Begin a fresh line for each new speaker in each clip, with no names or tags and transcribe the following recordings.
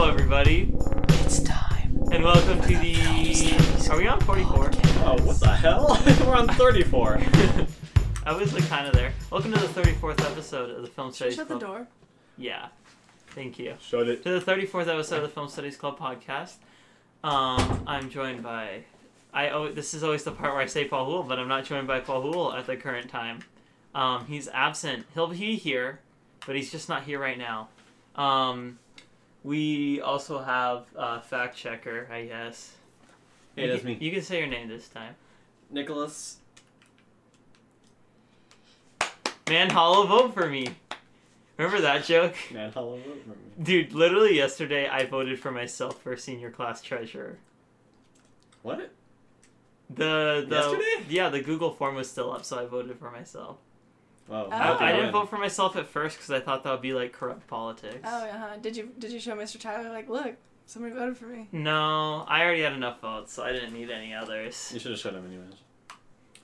everybody,
It's time.
and welcome to the. Are we on 44?
Oh, what the hell? We're on 34.
I was like kind of there. Welcome to the 34th episode of the Film Studies
Shut the
Club.
door.
Yeah, thank you.
Showed it.
To the 34th episode of the Film Studies Club podcast. Um, I'm joined by. I oh, this is always the part where I say Paul Hool, but I'm not joined by Paul Hool at the current time. Um, he's absent. He'll be here, but he's just not here right now. Um, we also have uh, fact checker, I guess.
Hey,
You
that's
can-
me.
You can say your name this time.
Nicholas.
Man, hollow vote for me. Remember that joke?
Man, hello. over me.
Dude, literally yesterday I voted for myself for senior class treasurer.
What?
The, the
Yesterday?
Yeah, the Google form was still up, so I voted for myself.
Wow.
Oh.
I, I didn't
win.
vote for myself at first because I thought that would be like corrupt politics.
Oh, uh huh. Did you did you show Mr. Tyler like, look, somebody voted for me?
No, I already had enough votes, so I didn't need any others.
You should have showed him anyways.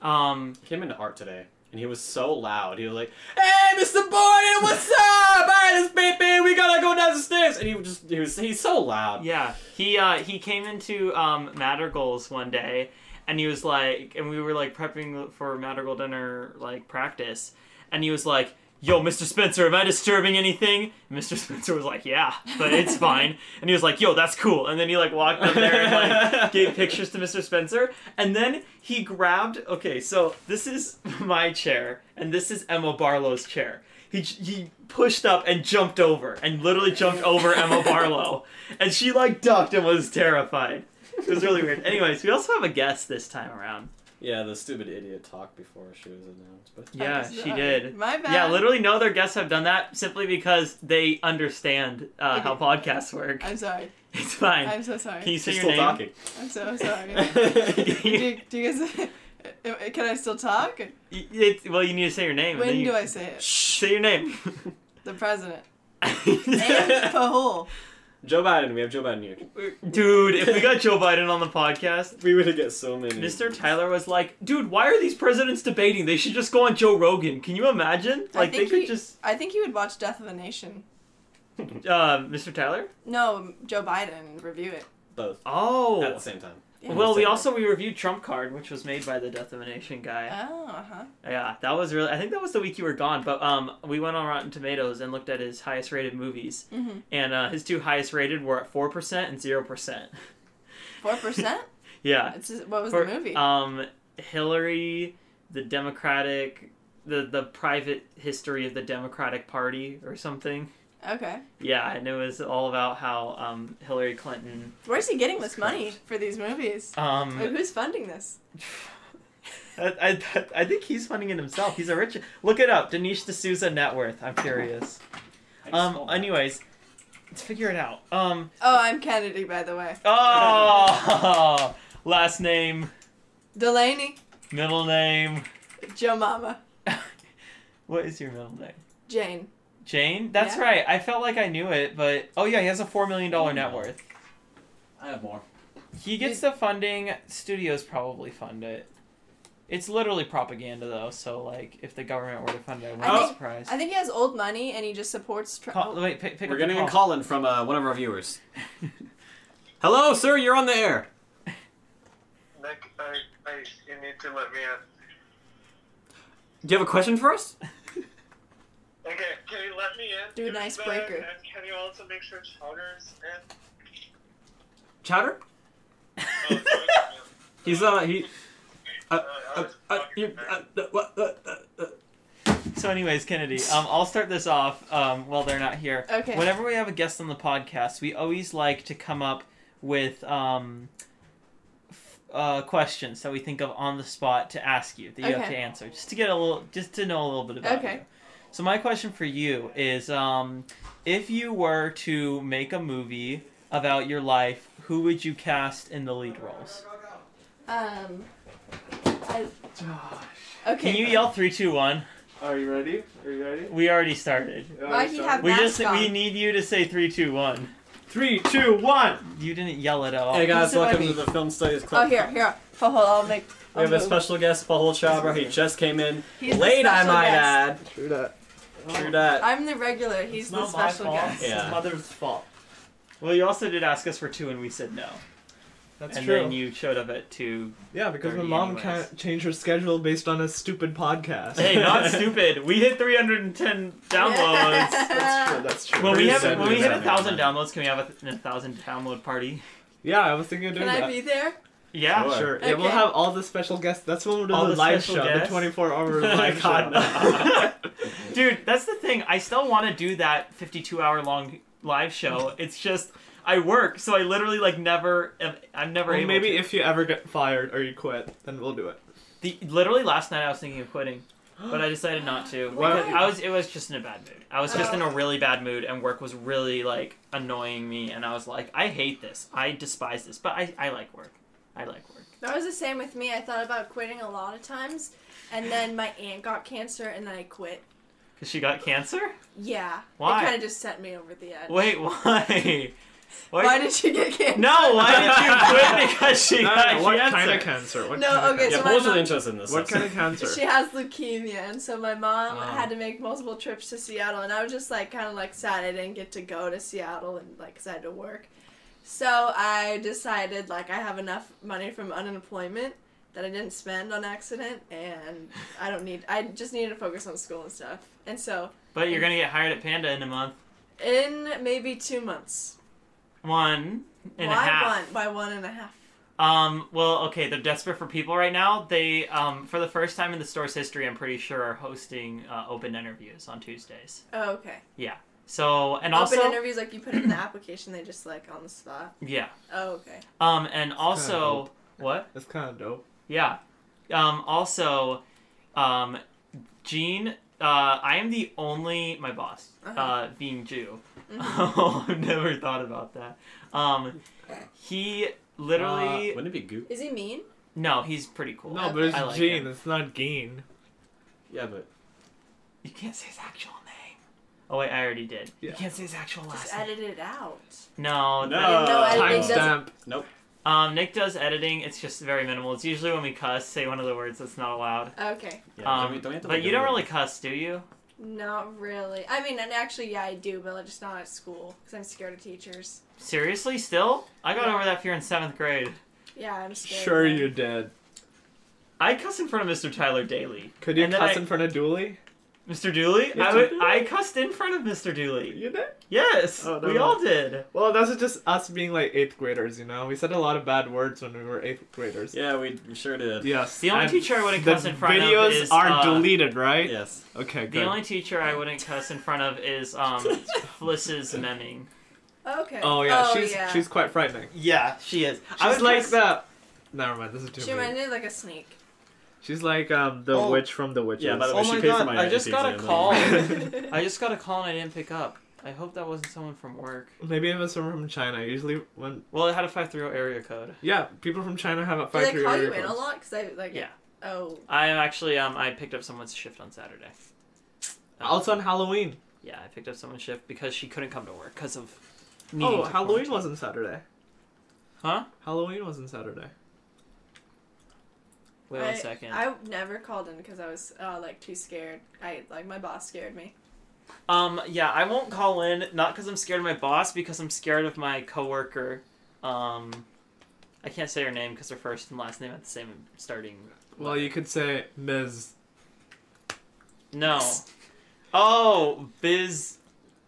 Um,
He came into art today, and he was so loud. He was like, "Hey, Mr. Borden, what's up? Alright, it's baby. We gotta go down the stairs." And he was just, he was, he's so loud.
Yeah, he uh, he came into um, Madrigal's one day, and he was like, and we were like prepping for Madrigal dinner like practice, and he was like, "Yo, Mr. Spencer, am I disturbing anything?" And Mr. Spencer was like, "Yeah, but it's fine," and he was like, "Yo, that's cool," and then he like walked up there and like gave pictures to Mr. Spencer, and then he grabbed. Okay, so this is my chair, and this is Emma Barlow's chair. He, he pushed up and jumped over, and literally jumped over Emma Barlow. And she like ducked and was terrified. It was really weird. Anyways, we also have a guest this time around.
Yeah, the stupid idiot talked before she was announced, but
Yeah,
Oh,
she
sorry.
did.
My bad.
Yeah, literally no other guests have done that simply because they understand uh, how
Okay.
podcasts work.
I'm sorry.
It's fine.
I'm so sorry.
Can you say
she's
your
still
name?
talking.
I'm so sorry. do,
I
you, do you guys? uh, Can I still talk?
Y- it's- well, you need to say your name. and
When
then you-
do I say it?
Say your name.
The president. And Pahul.
Joe Biden. We have Joe Biden here.
Dude, if we got Joe Biden on the podcast,
We would have get so many.
Mr. Tyler was like, "Dude, why are these presidents debating? They should just go on Joe Rogan. Can you imagine?
I
Like they
think
could
he-
just
I think he would watch Death of a Nation.
uh, Mr. Tyler."
No, um, Joe Biden review it.
both
Oh,
at the same time.
Yeah.
Well, we
Same.
also we reviewed Trump Card, which was made by the Death of a Nation
Oh,
guy.
uh huh.
Yeah, that was really. I think that was the week you were gone, but um, we went on Rotten Tomatoes and looked at his highest rated movies,
Mhm.
and uh, his two highest rated were at four percent and zero percent.
Four percent.
Yeah,
It's just, what was
For-
the movie?
Um, Hillary, the Democratic, the the private history of the Democratic Party or something.
okay.
Yeah, and it was all about how um, Hillary Clinton.
Where's he getting this money
Correct.
for these movies?
Um,
Like, who's funding this?
I, I, I think he's funding it himself. He's a rich. Look it up. Dinesh D'Souza net worth. I'm curious.
I just
Um.
called that.
Anyways, let's figure it out. Um.
Oh, I'm Kennedy, by the way.
Oh. Last name,
Delaney,
middle name.
Joe Mama,
what is your middle name?
Jane.
Jane. That's
Yeah.
right. I felt like I knew it, but oh yeah, he has a four million dollar net
No.
worth.
I have more.
He gets the funding. Studios probably fund it. It's literally propaganda though. So like, if the government were to fund it, I wouldn't
I
be
think-
surprised.
I think he has old money and he just supports Trump.
Call, wait, pick, pick
We're
up the
getting a
call.
call in from uh, one of our viewers. Hello, sir. You're on the air.
Nick, I, I, you need to let me in.
Do you have a question for us?
Okay, can you let me in?
Do an
Give me
icebreaker.
that, And can you also make sure Chowder's in?
Chowder?
Oh, sorry.
He's uh he. Uh,
I
uh,
was
uh,
talking
you,
back.
uh, uh, what, uh, uh, uh.
So, anyways, Kennedy, um, I'll start this off um, while they're not here.
Okay.
Whenever we have a guest on the podcast, we always like to come up with um, f- uh, questions that we think of on the spot to ask you that you have
Okay.
to answer, just to get a little, just to know a little bit about
Okay.
you. So, my question for you is, um, if you were to make a movie about your life, who would you cast in the lead roles?
Um. I, okay.
Can you yell three, two, one?
Are you ready? Are you ready?
We already started.
Why he have
We
mask
just
on?
we need you to say three, two, one.
Three, two, one.
You didn't yell it
Oh,
all.
Hey guys,
Sit by
welcome
me.
to the Film Studies Club.
oh, here, Oh. here. Hold, hold, I'll make.
We
I'll
have a
move.
special guest, Paul Chabra. He just came in
He's the
late, I
special
might
guest. Oh,
add.
True that.
Oh,
True that.
I'm the regular. He's the special guest.
Yeah.
mother's fault. Well, you also did ask us for two, and we said no.
That's
and
true.
then you showed up at two.
yeah, because my
30
mom
anyways.
can't change her schedule based on a stupid podcast.
Hey, not stupid. We hit 310 downloads.
That's true. That's true.
When we
Pretty
have
sad
when we
to
hit
do
a
that.
thousand downloads, can we have a, a thousand download party?
Yeah, I was thinking of doing
Can
that.
I be there?
Yeah.
Sure.
Sure. Yeah, we'll
Okay.
have all the special guests. That's when we'll do
All
the
the
live show,
special guests?
the 24 hour live
God,
show.
no.
Dude, that's the thing. I still want to do that 52 hour long live show. It's just I work, so I literally like never am- I'm never
Well,
able
maybe
to.
if you ever get fired or you quit, then we'll do it.
the, literally last night I was thinking of quitting, but I decided not to
Why?
because I was it was just in a bad mood. I was just
Oh.
in a really bad mood and work was really like annoying me and I was like I hate this. I despise this, but I I like work. I like work.
That was the same with me. I thought about quitting a lot of times, and then my aunt got cancer, and then I quit.
Cuz she got cancer?
Yeah.
Why?
It kind of just set me over the edge.
Wait, why? Why,
Why did she get cancer?
No, why did you quit because she
No, no,
got
no, what
cancer?
kind of cancer? What
No,
kind of
okay,
yeah,
cancer?
so
Paul's
my mom-
really interested in this.
What kind of
She
cancer?
has leukemia, and so my mom
Oh.
had to make multiple trips to Seattle, and I was just like kind of like sad I didn't get to go to Seattle and like 'cause I had to work. So I decided like I have enough money from unemployment that I didn't spend on accident, and I don't need. I just needed to focus on school and stuff, and so
But you're gonna get hired at Panda in a month.
in maybe two months,
One and a
why
half.
one? By one and a half.
Um. Well, okay. They're desperate for people right now. They, um, for the first time in the store's history, I'm pretty sure, are hosting uh, open interviews on Tuesdays.
Oh, okay.
So and
Open
also
interviews like you put in the application, they just like on the spot.
yeah.
Oh, okay.
Um. And also
dope.
what?
That's kind of dope.
Yeah. Um. Also, um, Gene. Uh, I am the only my boss,
Uh-huh.
uh, being Jew.
Mhm.
Oh, I've never thought about that. Um, he literally
Wouldn't it be goop?
Is he mean?
no, he's pretty cool.
No, but it's
I like
Gene.
him.
It's not Gene.
Yeah, but
You can't say his actual name. Oh wait, I already did. You
Yeah.
can't say his actual last
Just
name.
edit it out.
No,
No.
that-
Oh, No,
Uh,
editing doesn't-
Timestamp.
Um, Nick does editing. It's just very minimal. It's usually when we cuss, say one of the words that's not allowed.
Okay,
yeah,
um,
don't we- don't we have to,
but
like,
you don't
do it?
really cuss, do you?
not really. I mean, and actually, yeah, I do, but like, just not at school because I'm scared of teachers.
Seriously, still? I got
Yeah.
over that fear in seventh grade.
Yeah, I'm scared.
Sure,
of them.
you did.
I cuss in front of Mr. Tyler daily.
Could you
And then
cuss
I-
in front of Dooley?
Mr. Dooley?
Mr.
I would.
Dooley?
I cussed in front of Mr. Dooley.
You did.
Yes,
Oh, no.
we all did.
Well, that's just us being like eighth graders. You know, we said a lot of bad words when we were eighth graders.
Yeah, we, we sure did.
Yes.
The only
and
teacher I wouldn't
the
cuss in front of
videos
is,
are
uh,
deleted, right?
Yes.
Okay. Good.
The only teacher I wouldn't cuss in front of is um, Flisses Memming.
Okay.
Oh yeah, she's
yeah.
she's quite frightening.
Yeah, she is.
She's like the. Never mind. This is too.
She
mean.
reminded me of, like a snake.
She's like um the
Oh.
witch from the witches.
Yeah, by the way,
Oh
she
my
paid for
God,
my
I just
IEP
got a
exam.
Oh.
call.
I
I just got a call and I didn't pick up. I hope that wasn't someone from work.
Maybe it was someone from China. Usually when
Well, it had a 530 area code.
yeah, people from China have a
Do
five
they
three
call
area
you in a
codes.
lot? Cause I like.
Yeah.
Oh.
I actually, um, I picked up someone's shift on Saturday. Um,
Also on Halloween.
yeah, I picked up someone's shift because she couldn't come to work because of. needing
Oh,
to
Halloween
quarantine.
wasn't Saturday.
Huh?
Halloween wasn't Saturday.
Wait
I,
one second.
I never called in because I was uh, like too scared. I like my boss scared me.
Um, yeah, I won't call in not because I'm scared of my boss, because I'm scared of my coworker. Um, I can't say her name because her first and last name at the same starting.
Well, you could say Ms.
No. Oh, Biz,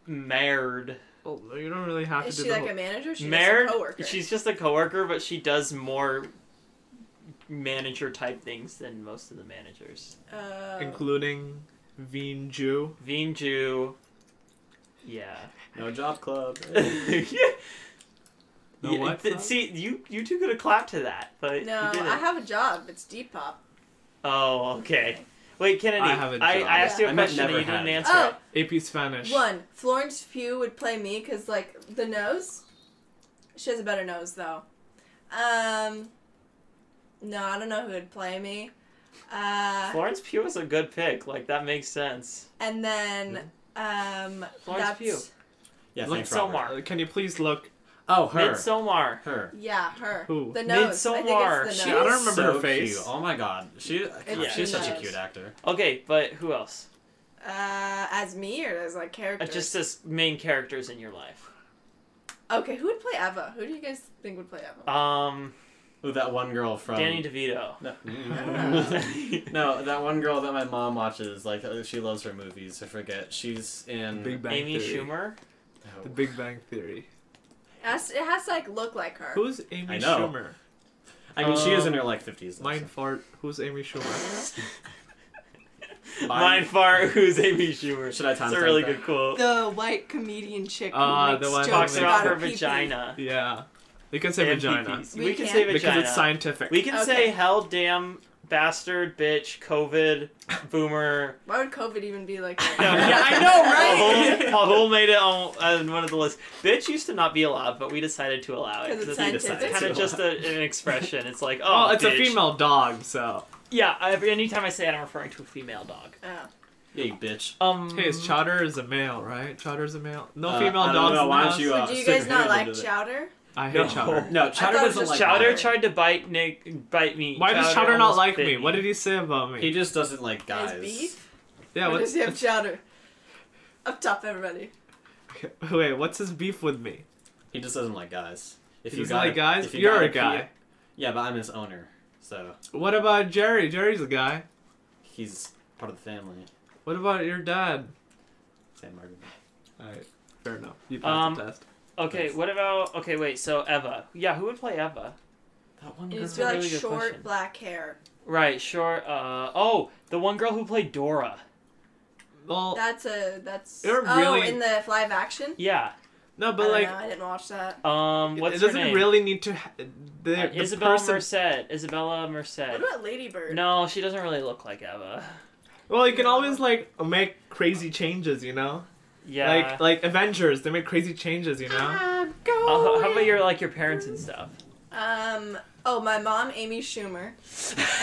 Maird.
Well, you don't really have
Is
to
she
do the
like
whole...
a manager? She's
Mayor,
just a coworker.
she's just a coworker, but she does more manager type things than most of the managers.
Uh,
including Veen Jew.
Veen Ju, yeah.
No job club.
No what?
th- see, you you two could have clapped to that, but
no,
you didn't.
I have a job. It's Depop.
oh, okay. Wait, Kennedy,
I have a
I,
job.
I asked you a
I meant
question and
never
you didn't
had.
answer.
Oh,
it.
AP Spanish.
One, Florence Pugh would play me because, like, the nose. She has a better nose, though. Um, no, I don't know who would play me. Uh,
Florence Pugh is a good pick. Like that makes sense.
and then, um,
Hmm. Florence
that's,
Pugh.
yeah,
Look,
thanks,
Somar.
Robert.
Uh, can you please look?
Oh, her.
Mid Somar.
her.
Yeah, her.
Who?
The nose. I
Midsommar.
think it's
She-
the
I
nose.
don't remember
So
her face.
Cute. Oh my god, she. God,
Yeah.
she's such a
nice.
cute actor.
Okay, but who else?
Uh, as me or as like
Uh,
characters.
just as main characters in your life.
Okay, who would play Eva? Who do you guys think would play Eva?
Um,
Ooh, that one girl from
Danny DeVito.
No.
Ah.
no, that one girl that my mom watches, like uh, she loves her movies. I forget. She's in
Big Bang
Amy
Theory.
Schumer.
Oh,
The Big Bang Theory.
It has, it has to like look like her.
Who's Amy
I know.
Schumer?
I mean, she is in
Um,
her like fifties.
Mind fart. Who's Amy Schumer?
Mind fart. Who's Amy Schumer?
Should I time
That's a
stamp
really
that?
good quote.
The white comedian chick who
Uh,
Ah,
makes
the one who
Talks
jokes
makes-
about
about
her
pee-pee.
vagina.
yeah. You can say
and
vagina.
pee-pees.
We
We, can say
can't.
vagina
Because it's scientific.
We can say
Okay.
hell, damn, bastard, bitch, COVID, boomer.
Why would COVID even be like that?
No,
yeah,
I
know,
Paul Paul made it on, on one of the lists. Bitch used to not be allowed, but we decided to allow it.
'Cause it's
scientific.
kind of just a, an expression. It's like, oh,
Oh, it's a
bitch.
female dog, so.
Yeah, every, anytime I say it, I'm referring to a female dog.
Oh.
Yeah, you bitch.
Um,
Hey, is Chowder is a male, right? Chowder is a male. No
Uh,
female
I don't
dogs.
know,
in
why
the
don't you,
house?
uh,
So do you guys
Superhuman
not like
did it.
chowder?
I hate
No.
Chowder.
No,
thought
Chowder
it was
doesn't
just
like
Chowder
guy.
tried to bite Nick, bite me.
Why does Chowder not
almost
like
bit
me? What did he say about me?
He just doesn't like guys.
As beef?
yeah.
Or
What,
does he have chowder? Up top, everybody.
wait, what's his beef with me?
He just doesn't like guys. If
He's
you got
like, guys,
if you
you're
gotta
a guy.
pee- yeah, but I'm his owner, so
What about Jerry? Jerry's a guy.
he's part of the family.
What about your dad?
Sam Martin.
All right, fair enough. You passed
Um,
the test.
Okay, what about? Okay, wait. So Eva. Yeah, who would play Eva?
That one
It
girl.
needs to be like
really good
short
question.
black hair.
Right. Sure. Uh. Oh, the one girl who played Dora.
Well,
That's a that's
They're
oh
really-
in the live action.
Yeah.
no,
I
but
don't
like,
know, I didn't watch that.
Um.
it
What's her
doesn't
name?
really need to. Ha-
Uh,
the, the
Isabella
person.
Merced. Isabella
What
Merced.
about Ladybird?
No, she doesn't really look like Eva.
Well, you can always like make crazy changes, you know.
Yeah.
Like like Avengers, they make crazy changes, you know.
I'm
Uh,
going.
how about your like your parents and stuff?
Um. Oh, my mom, Amy Schumer.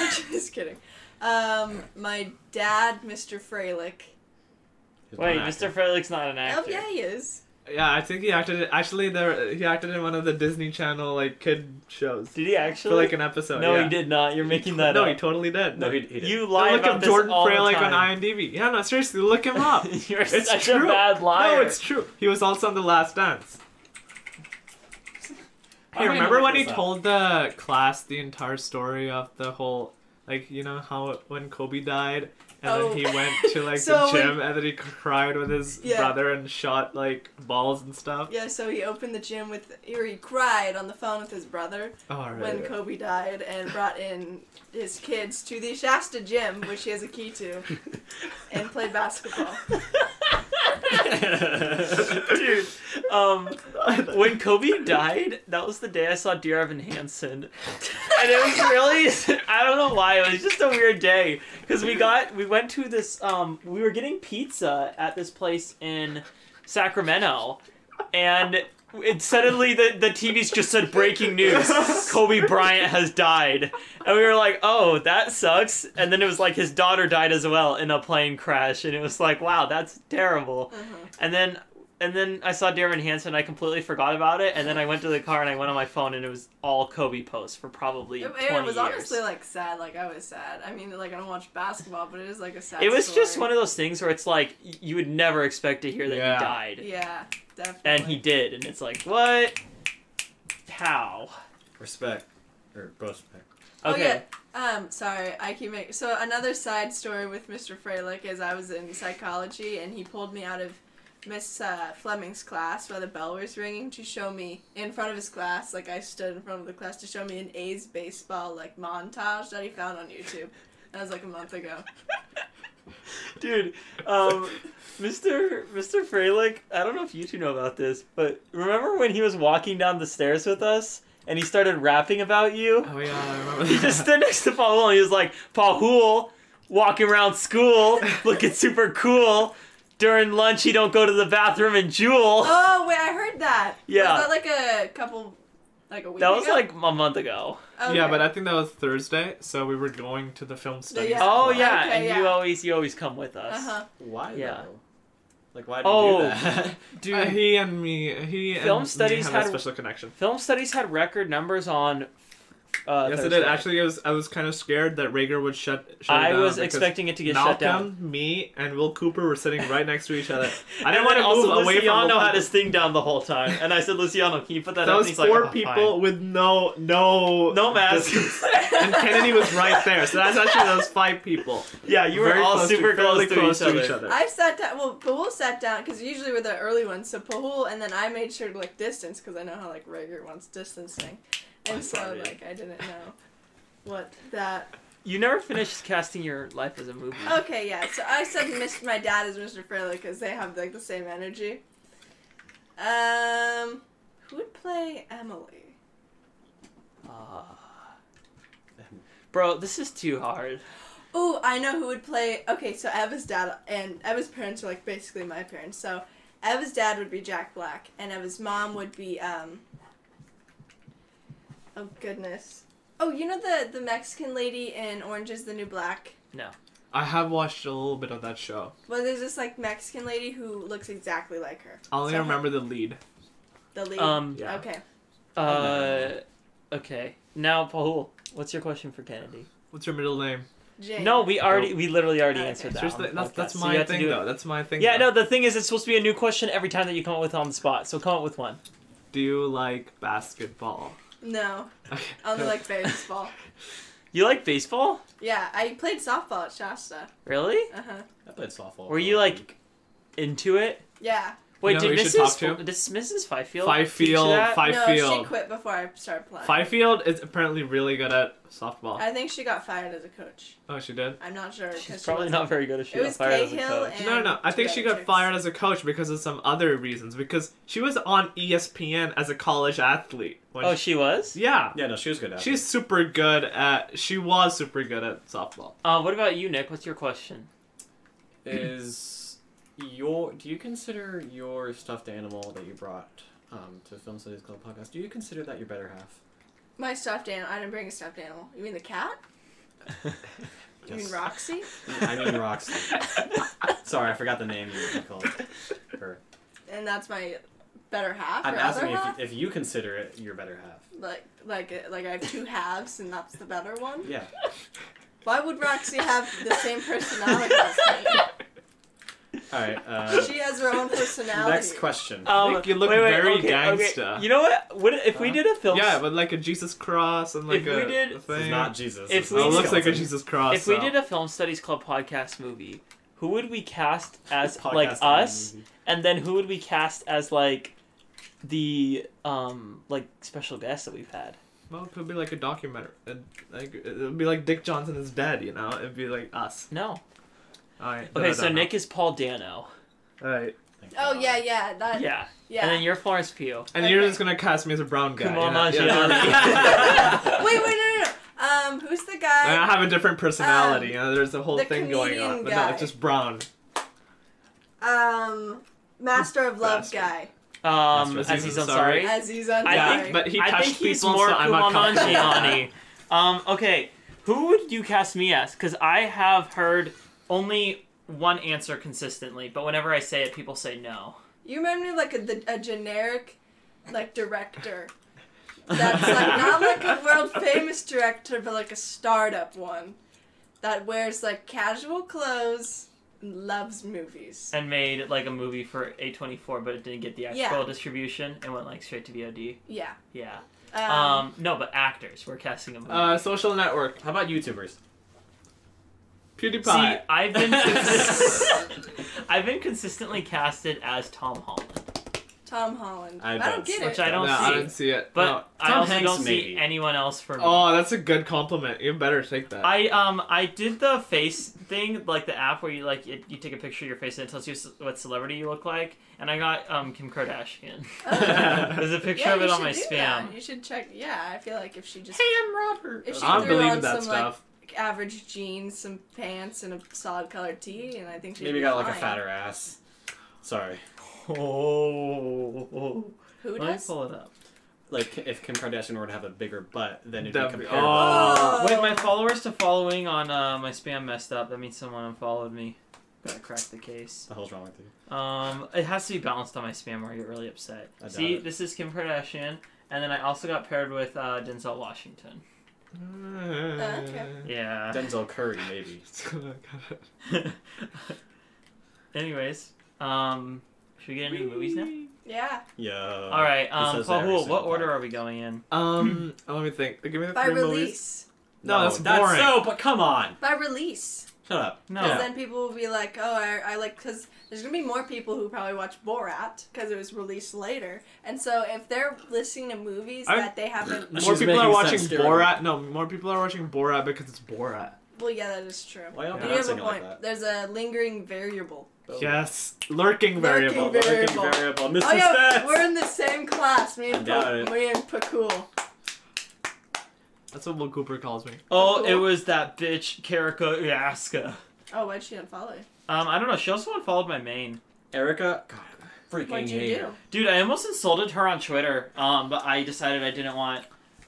I'm just kidding. Um, my dad, Mr. Fralick.
He's
Wait,
one
Mr.
actor.
Frederick's not an
Oh
actor.
yeah, he is.
Yeah, I think he acted. Actually, there he acted in one of the Disney Channel like kid shows
Did he
for
actually?
like an episode.
no,
yeah.
he did not. You're making that
no,
up.
he totally did.
No, he, he didn't.
you
Now
lie
look
about
up
this
Jordan
all
Fralick
the time.
on IMDb. Yeah, no, seriously, look him up.
You're
It's
such
true.
a bad liar.
No, it's true. He was also on The Last Dance.
Why
Hey,
am I
remember
gonna
when
look
he
this up?
told the class the entire story of the whole, like you know how when Kobe died and
Oh.
then he went to like
So
the
when-
gym and then he cried with his
Yeah.
brother and shot like balls and stuff.
Yeah. So he opened the gym with, or he cried on the phone with his brother
All right.
when Kobe died, and brought in his kids to the Shasta gym, which he has a key to, and played basketball.
Dude, um, when Kobe died, that was the day I saw Dear Evan Hansen, and it was really I don't know why it was just a weird day because we got we went to this um we were getting pizza at this place in Sacramento, and it suddenly the the TV's just said breaking news Kobe Bryant has died, and we were like oh that sucks, and then it was like his daughter died as well in a plane crash, and it was like wow that's terrible, and then and then I saw Darren Hanson. I completely forgot about it, and then I went to the car and I went on my phone, and it was all Kobe posts for probably
It,
twenty
it
years.
was honestly like sad. Like I was sad. I mean, like I don't watch basketball, but it is like a sad.
it was just
story.
one of those things where it's like y- you would never expect to hear that
Yeah.
he died,
Yeah, definitely.
and he did, and it's like what? How?
respect or prospect.
Oh,
Okay.
yeah. Um, sorry, I keep making. So another side story with Mr. Freilich is I was in psychology and he pulled me out of Miss uh, Fleming's class while the bell was ringing to show me in front of his class, like I stood in front of the class to show me an A's baseball like montage that he found on YouTube. That was like a month ago.
Dude, um, Mr. Mr. Freilich, I don't know if you two know about this, but remember when he was walking down the stairs with us and he started rapping about you?
Oh yeah, I remember.
He
that.
just stood next to Paul Hool and he was like, Paul Hool, walking around school, looking super cool. During lunch, he don't go to the bathroom and jewel.
Oh wait, I heard that.
Yeah.
was that like a couple, like a week.
That was
ago?
like a month ago.
Okay.
Yeah, but I think that was Thursday, so we were going to the film study.
yeah.
Oh yeah,
Okay,
and you
yeah.
always you always come with us,
uh-huh.
Why
Yeah.
though? Like why do you
Oh.
do that?
dude.
Uh, he and me, he
Film
and
studies
me have
had-
a special connection.
Film studies had record numbers on Uh,
yes,
Thursday.
it did. Actually, I was I was kind of scared that Rager would shut. shut it
I
down
was
because
expecting it to get
Malcolm,
shut down.
me, and Will Cooper were sitting right next to each other. I
And
didn't want
then
to move
also
away from.
Luciano
Will
had
Cooper.
his thing down the whole time, and I said, Luciano, can you put that
That
up?
was
and he's
four
like, "Oh,
people with no no
fine." no mask.
distance. and Kennedy was right there, so that's actually those five people.
yeah, you were
Very
all
close
super
to, fairly
close, to,
close
each
to each
other.
other.
I sat down. Well, Pahul sat down because usually we're the early ones. So Pahul and then I made sure to like distance because I know how like Rager wants distancing, and
I'm
so
sorry.
like I didn't know what that.
You never finished casting your life as a movie.
Okay, yeah. So I said Mr. My dad is Mr. Fairley because they have like the same energy. Um, who would play Emily?
Ah. Bro, this is too hard.
Oh, I know who would play. Okay, so Eva's dad and Eva's parents are like basically my parents. So Eva's dad would be Jack Black, and Eva's mom would be um. Oh goodness. Oh, you know the the Mexican lady in Orange Is the New Black.
I have watched a little bit of that show.
Well, there's this like Mexican lady who looks exactly like her.
I only
So,
remember the lead.
the lead.
Um,
Yeah.
Okay.
uh, okay. Now, Paul, what's your question for Kennedy?
What's your middle name?
Jane.
No, we already, we literally already
Okay.
answered that. on
Seriously,
the
that's, that's
podcast, so
my
you have to
thing
do it-
though. That's my thing.
Yeah,
though.
no, the thing is, it's supposed to be a new question every time that you come up with it on the spot. So come up with one.
Do you like basketball?
No,
Okay.
only like baseball.
You like baseball?
yeah, I played softball at Shasta.
Really?
Uh huh.
I played softball.
Were you like into it?
Yeah.
Wait,
know who
did
you should talk
Mrs.
to?
F- did Mrs. Fifield?
Fifield,
teach that?
Fi- I
no,
feel-
she quit before I started playing.
Fifield is apparently really good at softball.
I think she got fired as a coach.
Oh, she did.
I'm not sure. 'cause
She's
she
probably
wasn't-
not very good if she
It
got
was
fired as a
Cahill
coach.
and-
No, no, no. I think she got
Pediatrics.
fired as a coach because of some other reasons. Because she was on E ESPN as a college athlete. when
Oh, she was.
yeah.
Yeah, no, she was good at. it.
She's super good at. She was super good at softball.
Uh, what about you, Nick? What's your question?
is your do you consider your stuffed animal that you brought um, to Film Studies Club podcast? Do you consider that your better half?
My stuffed animal. I didn't bring a stuffed animal. You mean the cat? You mean Roxy?
I mean Roxy. Sorry, I forgot the name you called her.
And that's my better half.
I'm
or
asking
other
if
half?
you, if you consider it your better half.
Like, like, like I have two halves, and that's the better one.
Yeah,
Why would Roxy have the same personality as me?
all right. Uh,
She has her own personality.
next question.
Um,
Nick, you look
wait, wait,
very
okay,
gangsta.
Okay. You know what? What if we
Huh?
did a film?
Yeah, but like a Jesus cross and like
If
a,
we did-
a
This
thing.
is not
If
Jesus. this is
we-
oh, it
Jesus
looks like a
skeleton.
Jesus cross.
if we
so-
did a film studies club podcast movie, who would we cast as
Podcast
like
animal
us,
movie.
and then who would we cast as like the um like special guest that we've had?
well, it could be like a documentary. It, like it would be like Dick Johnson is dead. You know, it'd be like us.
No.
All right.
Okay, so Nick is Paul Dano.
All right.
Thank
Oh
God.
yeah, yeah, that.
Yeah.
yeah.
And then you're Florence Pugh.
And
Okay.
you're just gonna cast me as a brown guy. you know?
Kumail
Yeah, no, no,
Nanjiani.
no.
Wait, wait, no, no, no. Um, who's the guy?
Uh-huh.
I have a different personality. you know, there's a whole
the
thing going on,
comedian
but no,
guy.
it's just brown.
Um, Master of Love
Bastard.
guy.
Um,
That's
as
right.
he's
I'm
sorry.
sorry.
Aziz Ansari.
I
yeah,
think-
but he touched
I think he's
people,
more
so I'm
Kumail
uncomfortable.
Nanjiani. um, okay, who would you cast me as? Because I have heard only one answer consistently, but whenever I say it, people say no.
You remind me of like a, the, a generic, like director. That's like not like a world famous director, but like a startup one, that wears like casual clothes, and loves movies.
And made like a movie for A24, but it didn't get the actual
Yeah.
distribution and went like straight to VOD.
Yeah.
Yeah.
Um,
Um, no, but actors. We're casting a movie.
Uh, social network.
How about YouTubers?
PewDiePie.
See, I've been consist- I've been consistently casted as Tom Holland,
Tom Holland.
I
I, don't
don't-
get
which
it.
I
no,
don't
I
see.
didn't see it.
but
No.
I
Tom
also
Hanks
don't see
maybe.
anyone else for me.
Oh, that's a good compliment. You better take that.
I um I did the face thing like the app where you like it, you take a picture of your face and it tells you ce- what celebrity you look like and I got um Kim Kardashian.
Oh.
There's a picture
yeah,
of
you
it on
should
my
do
spam.
That. You should check. Yeah, I feel like if she just
I'm Robert.
If she
I
threw
believe
on
that
some,
stuff.
like, average jeans, some pants, and a solid colored tee, and I think she'd
Maybe
be
got like a
fine.
fatter ass. Sorry.
Oh,
Who
let me
does?
pull it up.
Like if Kim Kardashian were to have a bigger butt, then it'd
That'd
be
be-
comparable.
oh.
Oh.
Wait, my followers to following on uh, my spam messed up. That means someone unfollowed me. Gotta crack the case.
The hell's wrong with you?
Um, it has to be balanced on my spam or I get really upset.
I doubt
See,
it.
this is Kim Kardashian, and then I also got paired with uh, Denzel Washington.
Oh, okay.
Yeah.
Denzel Curry, maybe.
Anyways, um, should we get into movies now?
Yeah.
Yeah.
All right. Um,
says that every
Pahul, what
single
order
time.
are we going in?
Um, let me think. Give me the
By
three movies.
release.
No, that's boring.
so. But come on,
By release.
shut up.
No.
Because then people will be like, oh, I, I like, because there's going to be more people who probably watch Borat because it was released later. And so if they're listening to movies
I-
that they haven't.
More
She's
people are
making
watching
sense, dude.
Borat. No, more people are watching Borat because it's Borat.
Well, yeah, that is true.
Why are you
You have a
pronouncing it like
point.
that?
there's a lingering variable.
Yes, lurking variable.
Oh. Lurking variable.
Lurking variable. Mr.
Oh, yeah,
Spence!
we're in the same class, me
I
and,
doubt
pa-
it.
me and Pakul.
That's what Will Cooper calls me.
Oh,
Cool.
it was that bitch Karika Yaska.
Oh, why'd she unfollow you?
Um, I don't know. She also unfollowed my main.
Erica, God, I freaking
What'd you
hate
do?
her.
Dude, I almost insulted her on Twitter. Um, but I decided I didn't want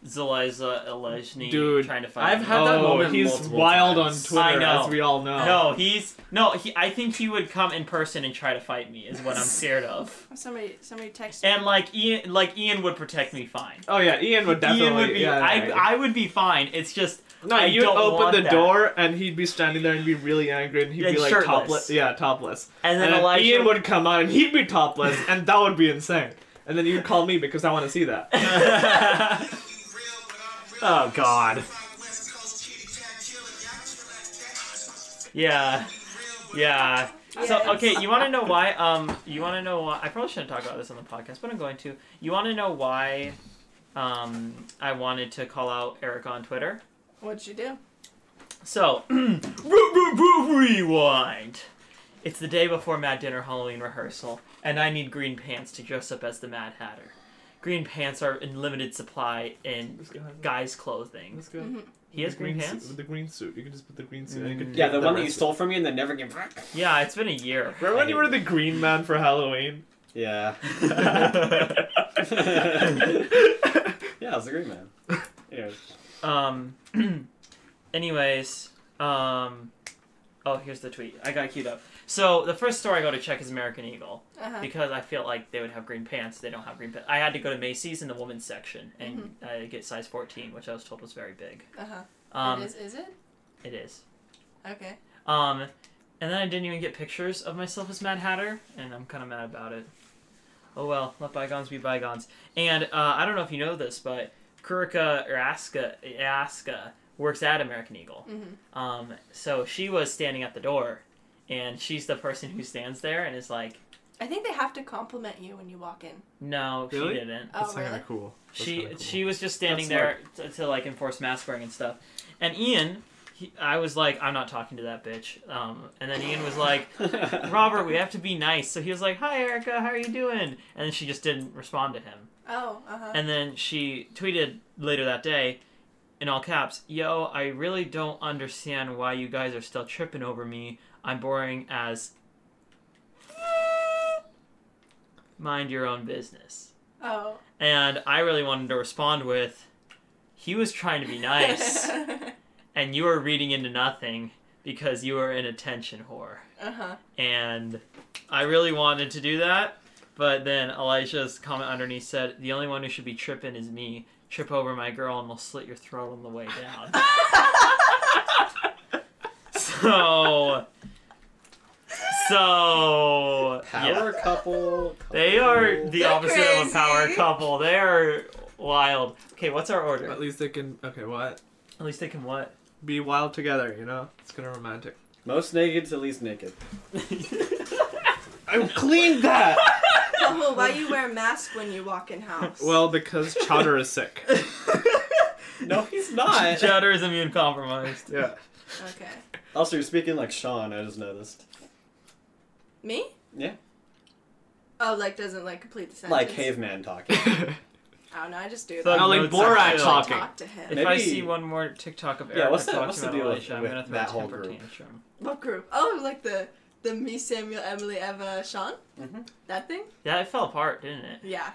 Zeliza Elejny
Dude,
trying to fight.
I've
me.
had that
oh,
moment
he's
multiple
wild
times.
on
I
Twitter,
know.
as we all know.
No, he's no. He, I think he would come in person and try to fight me. Is what I'm scared of.
Oh, Somebody, somebody texted
And like Ian, like Ian would protect me fine.
Oh yeah, Ian would definitely.
Ian would be.
yeah,
I,
yeah.
I would be fine. It's just
no,
I
you'd
don't want
open the
that.
door and he'd be standing there and be really angry and he'd
Like
be like
shirtless.
topless. Yeah, topless.
and
And,
then
then
Elijah
Ian would come out and he'd be topless and that would be insane. And then you'd call me because I want to see that.
Oh, God.
yeah, yeah.
Yes.
So okay, you want to know why? Um, you want to know why? I probably shouldn't talk about this on the podcast, but I'm going to. You want to know why? Um, I wanted to call out Eric on Twitter.
What'd you do?
So, Re- re- re- rewind. It's the day before Mad Dinner Halloween rehearsal, and I need green pants to dress up as the Mad Hatter. Green pants are in limited supply in guys' clothing.
That's good.
Mm-hmm.
He has green
suit-
pants.
With the green suit. You can just put the green suit. and you
Mm.
can
Yeah,
take
the one that you
rest
stole from me and then never gave back.
Yeah, it's been a year.
of- Remember when you were the green man for Halloween?
Yeah. Yeah, I was a great man. Anyways.
um. anyways, um. Oh, here's the tweet. I got it queued up. So the first store I go to check is American Eagle.
Uh-huh.
because I feel like they would have green pants. They don't have green pants. I had to go to Macy's in the women's section and uh, get size 14, which I was told was very big.
Uh-huh.
Um,
Mm-hmm. it is, is it?
It is.
Okay.
Um, and then I didn't even get pictures of myself as Mad Hatter, and I'm kind of mad about it. Oh well, let bygones be bygones. And uh, I don't know if you know this, but Kurika Raska, Aska works at American Eagle.
Mhm.
Um, so she was standing at the door, and she's the person who stands there and is like,
I think they have to compliment you when you walk in.
no,
Really?
she didn't.
Oh,
That's
really?
kind of cool. That's
she
kinda cool.
she was just standing there
That's
to, to like enforce mask wearing and stuff and ian he, i was like i'm not talking to that bitch um, and then ian was like robert we have to be nice so he was like hi erica how are you doing and then she just didn't respond to him
Oh, uh-huh.
and then she tweeted later that day in all caps yo i really don't understand why you guys are still tripping over me i'm boring as mind your own business
oh.
and I really wanted to respond with, he was trying to be nice, and you were reading into nothing because you were an attention whore.
uh-huh.
And I really wanted to do that, but then Elijah's comment underneath said, the only one who should be tripping is me. Trip over my girl and we'll slit your throat on the way down. so. So. yeah.
Power couple,
They are the
They're
opposite of a power
crazy.
couple. They are wild. Okay, what's our order?
At least they can. Okay, what?
At least they can what?
Be wild together, you know? It's kind of romantic.
Most naked to least naked.
I cleaned that!
Rahul, why you wear a mask when you walk in house?
well, because Chowder is sick.
No, he's not.
Chowder is immune compromised.
Yeah.
Okay.
also, you're speaking like Sean, I just noticed.
Me?
Yeah.
Oh, like doesn't like complete the sentence.
Like caveman talking.
Not
I don't know. I just do
So-
that.
like
like
Borat
Borat
chill.
I
talking.
talk to
If
him.
I
Maybe-
see one more TikTok of Eric
Yeah, what's the-
talking
what's the
about
deal with-
Elijah, I'm
with
gonna throw
that
a
whole
temper
group?
tantrum.
What group? Oh, like the the me, Samuel, Emily, Eva, Sean.
Mm-hmm.
Mhm.
That thing.
Yeah, it fell apart, didn't it?
Yeah.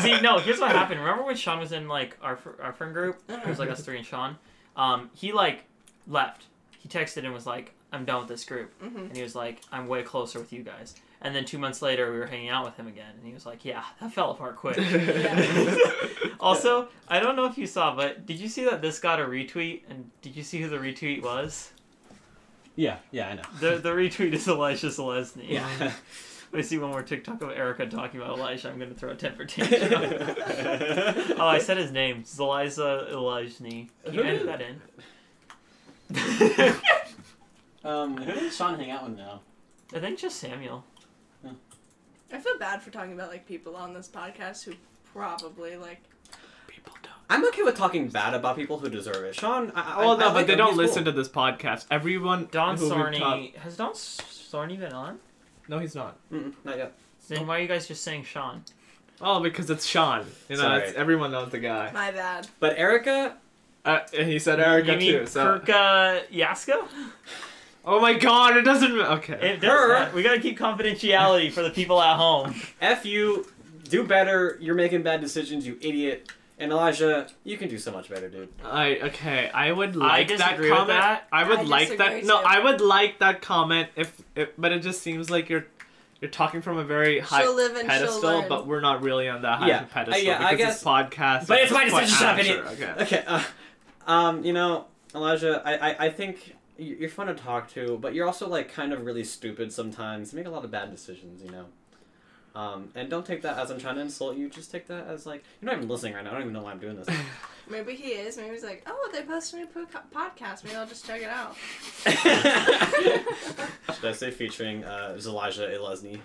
See, no, here's what happened. Remember when Sean was in like our fr- our friend group? It was like us three and Sean. Um, he like left. He texted and was like, "I'm done with this group,"
Mhm.
and he was like, "I'm way closer with you guys." And then two months later, we were hanging out with him again, and he was like, "Yeah, that fell apart quick." Also, I don't know if you saw, but did you see that this got a retweet? And did you see who the retweet was?
Yeah, yeah, I know.
The the retweet is Elijah Zelesny.
yeah.
If I see one more TikTok of Erica talking about Elijah, I'm gonna throw a temper tantrum. oh, I said his name, Zeliza Elijny. Can you
Who
edit
did-
that in?
Um, who did Sean hang out with now?
I think just Samuel.
I feel bad for talking about like people on this podcast who probably like
People don't.
I'm okay with talking bad about people who deserve it. Sean, I,
Well, no, but they don't listen to this podcast. Everyone.
Don
who we've talked-
Sarny has Don S- Sarny been on?
No, he's not.
Mm-mm, not yet.
Then why are you guys just saying Sean?
Oh, because it's Sean. You know,
Sorry.
it's, everyone knows the guy.
my bad.
But Erica,
Uh, and he said Erica
you mean
too. So.
Kirka Yasko?
Oh my God! It doesn't. Okay.
It does
Her.
not- We gotta keep confidentiality for the people at home.
F you, do better. You're making bad decisions, you idiot. And Elijah, you can do so much better, dude.
I okay. I would like that
disagree with
comment.
that.
I would
I
like that.
disagree
No,
too.
I would like that comment if, if. But it just seems like you're, you're talking from a very high
She'll live and she'll
pedestal,
learn.
but we're not really on that high
Yeah,
of a pedestal
uh, yeah,
because
I guess-
this podcast.
But
is
it's my
quite
decision, shut up,
amateur, Okay.
Okay, uh, um, you know, Elijah, I, I, I think you- you're fun to talk to, but you're also like kind of really stupid sometimes. You make a lot of bad decisions, you know. Um, and don't take that as I'm trying to insult you. Just take that as like you're not even listening right now. I don't even know why I'm doing this.
Maybe he is. Maybe he's like, oh, they posted a new po- podcast. Maybe I'll just check it out.
Should I say featuring uh, Elijah Ilesny?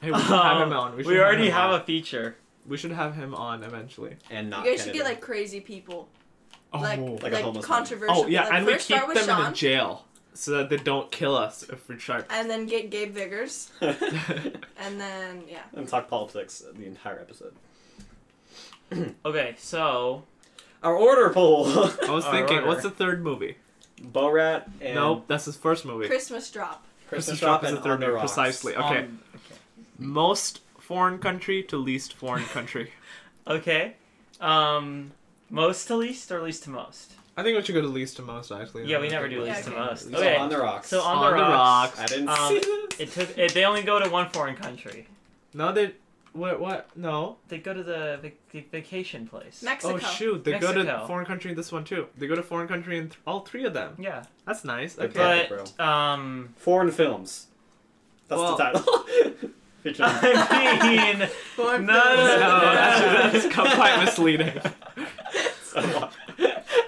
Hey, we should have
Um,
him on. Oh, We,
we
should
already
him
have
on.
a feature.
We should have him on eventually.
and
You
not.
guys should
Kennedy.
get like crazy people,
Oh.
like
a
like,
homeless man.
controversial.
oh yeah,
like,
and we
first
keep
start
them
with Sean,
in jail so that they don't kill us if we're sharp.
and then get Gabe Viggers,
and
and then yeah.
talk politics the entire episode.
Okay, so
Our order poll:
I was
Our
thinking,
order.
what's the third movie?
Borat and
nope, that's his first movie.
Christmas drop.
Christmas
Drop
Drop is
and
the
On
third
the
movie,
Rocks.
precisely. Okay,
um,
most foreign country to least foreign country.
okay, um, most to least or least to most.
I think we should go to least to most actually.
Yeah, we never do
Yeah,
least to
okay.
most.
So
Okay,
on the rocks.
so on,
On the rocks.
I didn't
Um,
see this.
It took. It, they only go to one foreign country.
No, they. What? What? No.
They go to the, vac- the vacation place.
Mexico.
Oh shoot! They go
Mexico.
to foreign country in this one too. They go to foreign country in th- all three of them.
yeah,
That's nice.
They're
Okay.
Yeah,
but um,
Foreign films. That's
Well-
the title. Featuring.
I mean,
Four
No,
no,
no,
that's, that's quite misleading.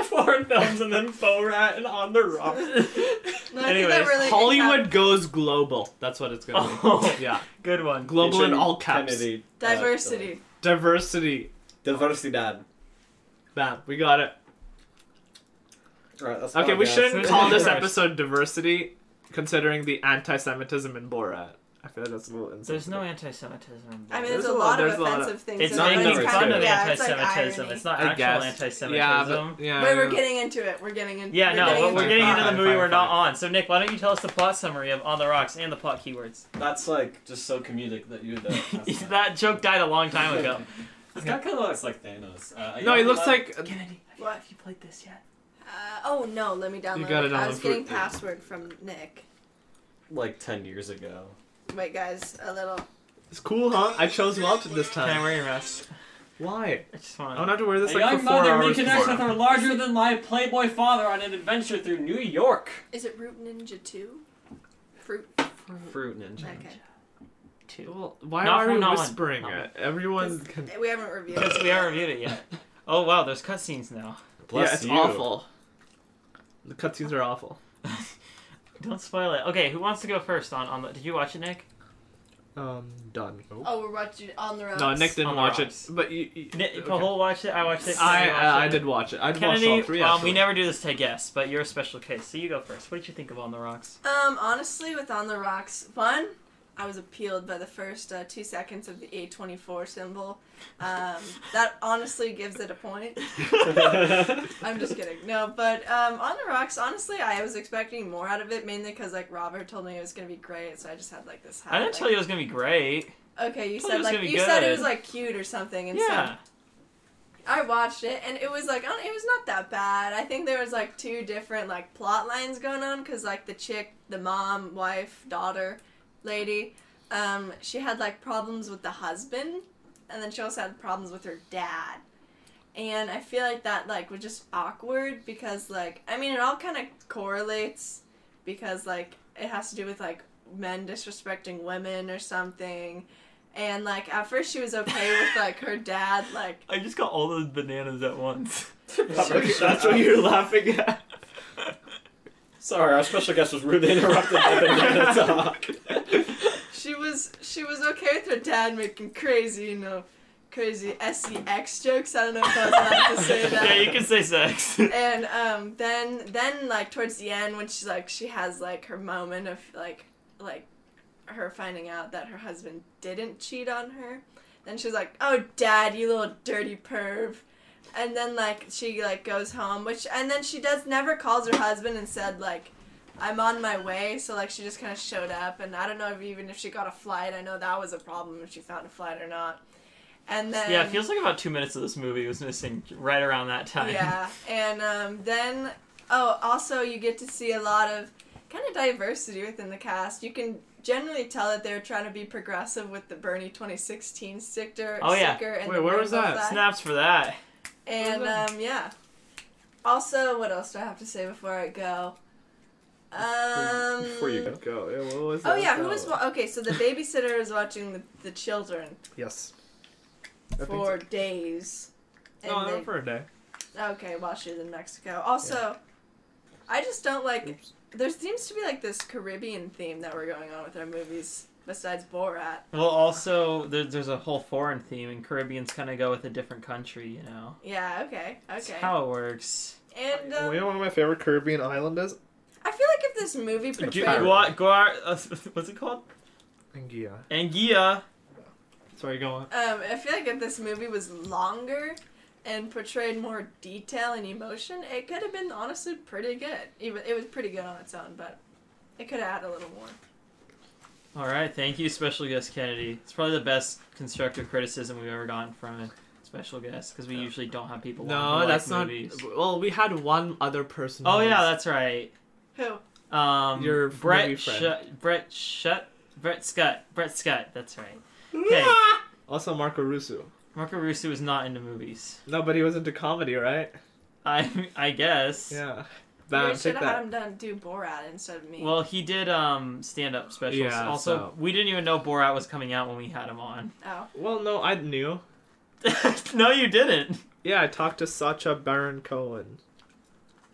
Foreign films and then Borat and On the Rocks.
No, I think that
Anyways,
really
Hollywood goes global. That's what it's gonna
oh,
be. Yeah,
good one.
global in
Featuring
all caps.
Kennedy, uh,
diversity.
Diversity.
Diversidad.
Bam, we got it.
Alright, that's
Oh,
Okay, we
podcast.
shouldn't
Who's
call
the
this
first?
episode diversity, considering the anti-Semitism in Borat. I feel like that's a little insensitive.
There's no anti-Semitism. in
I mean,
Borat.
there's,
There's
a
a
lot of
there's a lot of-
offensive things.
it's
in
not
there, but
making
it's
diverse.
fun
kind
of
yeah, it's like
anti-Semitism.
irony.
It's not
I
actual
guess.
anti-Semitism.
Yeah, but, yeah.
Wait, we're
yeah.
getting into it. We're getting into.
Yeah,
we're
no,
getting
but
into
we're
it.
getting into the
Fine,
movie
fine,
we're not
fine.
on. So Nick, why don't you tell us the plot summary of On the Rocks and the plot keywords?
That's like just so comedic that you. That,
that joke died a long time ago.
this guy kind of looks like Thanos. Uh,
No, he looks like.
Kennedy,
What?
you played this yet?
Uh, oh no, let me download.
You gotta
it. I was
download
getting
it.
password from Nick.
like ten years ago.
Wait, guys, a little.
It's cool, huh? I chose Welch this
Can I
time.
wear your mask? Oh,
Why?
I just
I
want.
don't have to wear this like for four hours. Before.
her larger than life Playboy father on an adventure through New York.
Is it Root Ninja Two? Fruit.
Fruit Ninja.
Okay.
to.
Well, why
Not
are
from
we
now on.
whispering
Not
it? Everyone can.
We haven't reviewed it.
Because we haven't reviewed it yet. Oh wow, there's cutscenes now.
yeah, it's awful. The cutscenes are awful.
Don't spoil it. Okay, who wants to go first? On on the, did you watch it, Nick?
Um, done.
Oh, we're watching on the road.
No, Nick didn't
On the
watch it,
rocks.
but you. you
Nick
okay.
Pahol watched it. I watched it. Kennedy
I uh,
watched
I
it.
did watch it. I did watch
Kennedy,
all three.
um,
actually.
we never do this to guess, but you're a special case, so you go first. What did you think of On the Rocks?
Um, honestly, with On the Rocks, one, I was appealed by the first uh, two seconds of the A24 symbol. Um, that honestly gives it a point. I'm just kidding. No, but um, On the Rocks, honestly, I was expecting more out of it, mainly because like Robert told me it was gonna be great, so I just had like this. High,
I didn't
like-
tell you it was gonna be great.
Okay, you
told you it
said
was
like
gonna be
you said it
good.
was like cute or something, and so
Yeah,
I watched it and it was like uh, it was not that bad. I think there was like two different like plot lines going on because like the chick, the mom, wife, daughter, lady, um, she had like problems with the husband, and then she also had problems with her dad. and I feel like that like was just awkward because like I mean it all kind of correlates because like it has to do with like men disrespecting women or something. And like at first she was okay with like her dad like
I just got all those bananas at once.
Robert, shut
That's
up.
what you're laughing at.
Sorry, our special guest was rudely interrupted by banana talk.
she was she was okay with her dad making crazy you know crazy sex jokes. I don't know if I was allowed to say that.
yeah, you can say sex.
and um, then then like towards the end when she's like she has like her moment of like like her finding out that her husband didn't cheat on her then she's like oh dad you little dirty perv and then like she like goes home which and then she does never calls her husband and said like i'm on my way so like she just kind of showed up and i don't know if even if she got a flight i know that was a problem if she found a flight or not and then
yeah, it feels like about two minutes of this movie was missing right around that time.
yeah, and um, then oh, also you get to see a lot of kind of diversity within the cast. You can generally tell that they're trying to be progressive with the Bernie 2016 sticker.
Oh, yeah.
sticker and
Wait,
the
where was
rainbow
that?
flag.
Snaps for that.
And
Where's that?
um, yeah. Also, what else do I have to say before I go? Um,
Before you go.
Go. Uh, Yeah, what was
Oh
that
yeah, who
about?
was wa- okay? So the babysitter is watching the, the children
Yes. I think
for
so.
days. And
No,
they-
not for a day.
Okay, while she's in Mexico. Also, I just don't like.
Oops.
There seems to be like this Caribbean theme that we're going on with our movies besides Borat.
Well, also there, there's a whole foreign theme, and Caribbeans kind of go with a different country, you know.
Yeah. Okay.
That's
Okay.
how it works.
and um,
you know one of my favorite Caribbean island is?
I feel like if this movie
Gu- Gua-
portrayed,
Guar- uh, what's it called?
Anguilla.
Anguilla.
Sorry, go on.
um, I feel like if this movie was longer and portrayed more detail and emotion, it could have been honestly pretty good. Even it was pretty good on its own, but it could have had a little more.
All right, thank you, special guest Kennedy. It's probably the best constructive criticism we've ever gotten from a special guest because we usually don't have people. on who
No,
like
that's not.
movies.
Well, we had one other person.
Oh
who
yeah,
was-
that's right.
Who?
Um,
Your movie
Brett
friend.
Shut Brett Shut Brett Scott Brett Scott. That's right. Okay,
also Marco Russo.
Marco Russo is not into movies.
No, but he was into comedy, right?
I I guess.
Yeah.
we
Bam,
should
take
have
that.
had him done do Borat instead of me.
Well, he did um stand up specials.
Yeah,
also,
so-
we didn't even know Borat was coming out when we had him on.
oh.
Well, no, I knew.
no, you didn't.
Yeah, I talked to Sacha Baron Cohen.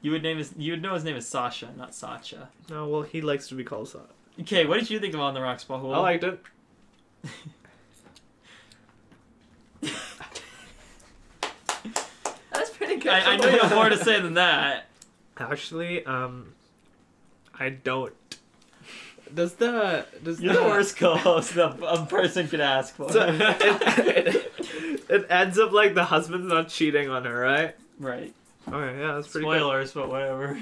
You would name his. You would know his name is Sasha, not Sacha.
No, well, he likes to be called Sacha.
Okay, what did you think of On the Rocks, Bahul?
I liked it.
That was pretty good.
I, I know you have more to say than that.
Actually, um, I don't. Does the does
You're
the
the worst co-host a, a person could ask for.
So, it, it, it ends up like the husband's not cheating on her, right?
right.
Okay, yeah, that's pretty. good.
Spoilers, but whatever.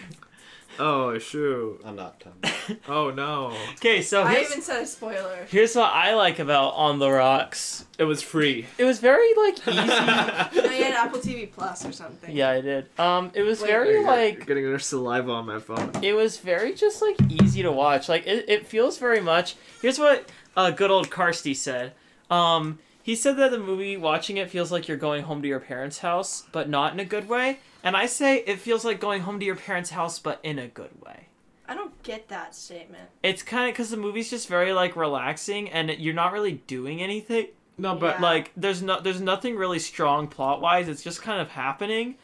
Oh shoot!
I'm not done.
Oh no!
Okay, so
I
here's,
even said a spoiler.
here's what I like about On the Rocks.
It was free.
It was very like easy.
No, you had Apple TV Plus or something.
yeah, I did. Um, it was
Wait,
very like
getting their saliva on my phone.
it was very just like easy to watch. Like it, it feels very much. Here's what uh, good old Karsty said. Um, he said that the movie watching it feels like you're going home to your parents' house, but not in a good way. And I say it feels like going home to your parents' house, but in a good way.
I don't get that statement.
It's kind of because the movie's just very like relaxing, and you're not really doing anything.
No, but
Yeah.
Like there's no there's nothing really strong plot wise. It's just kind of happening.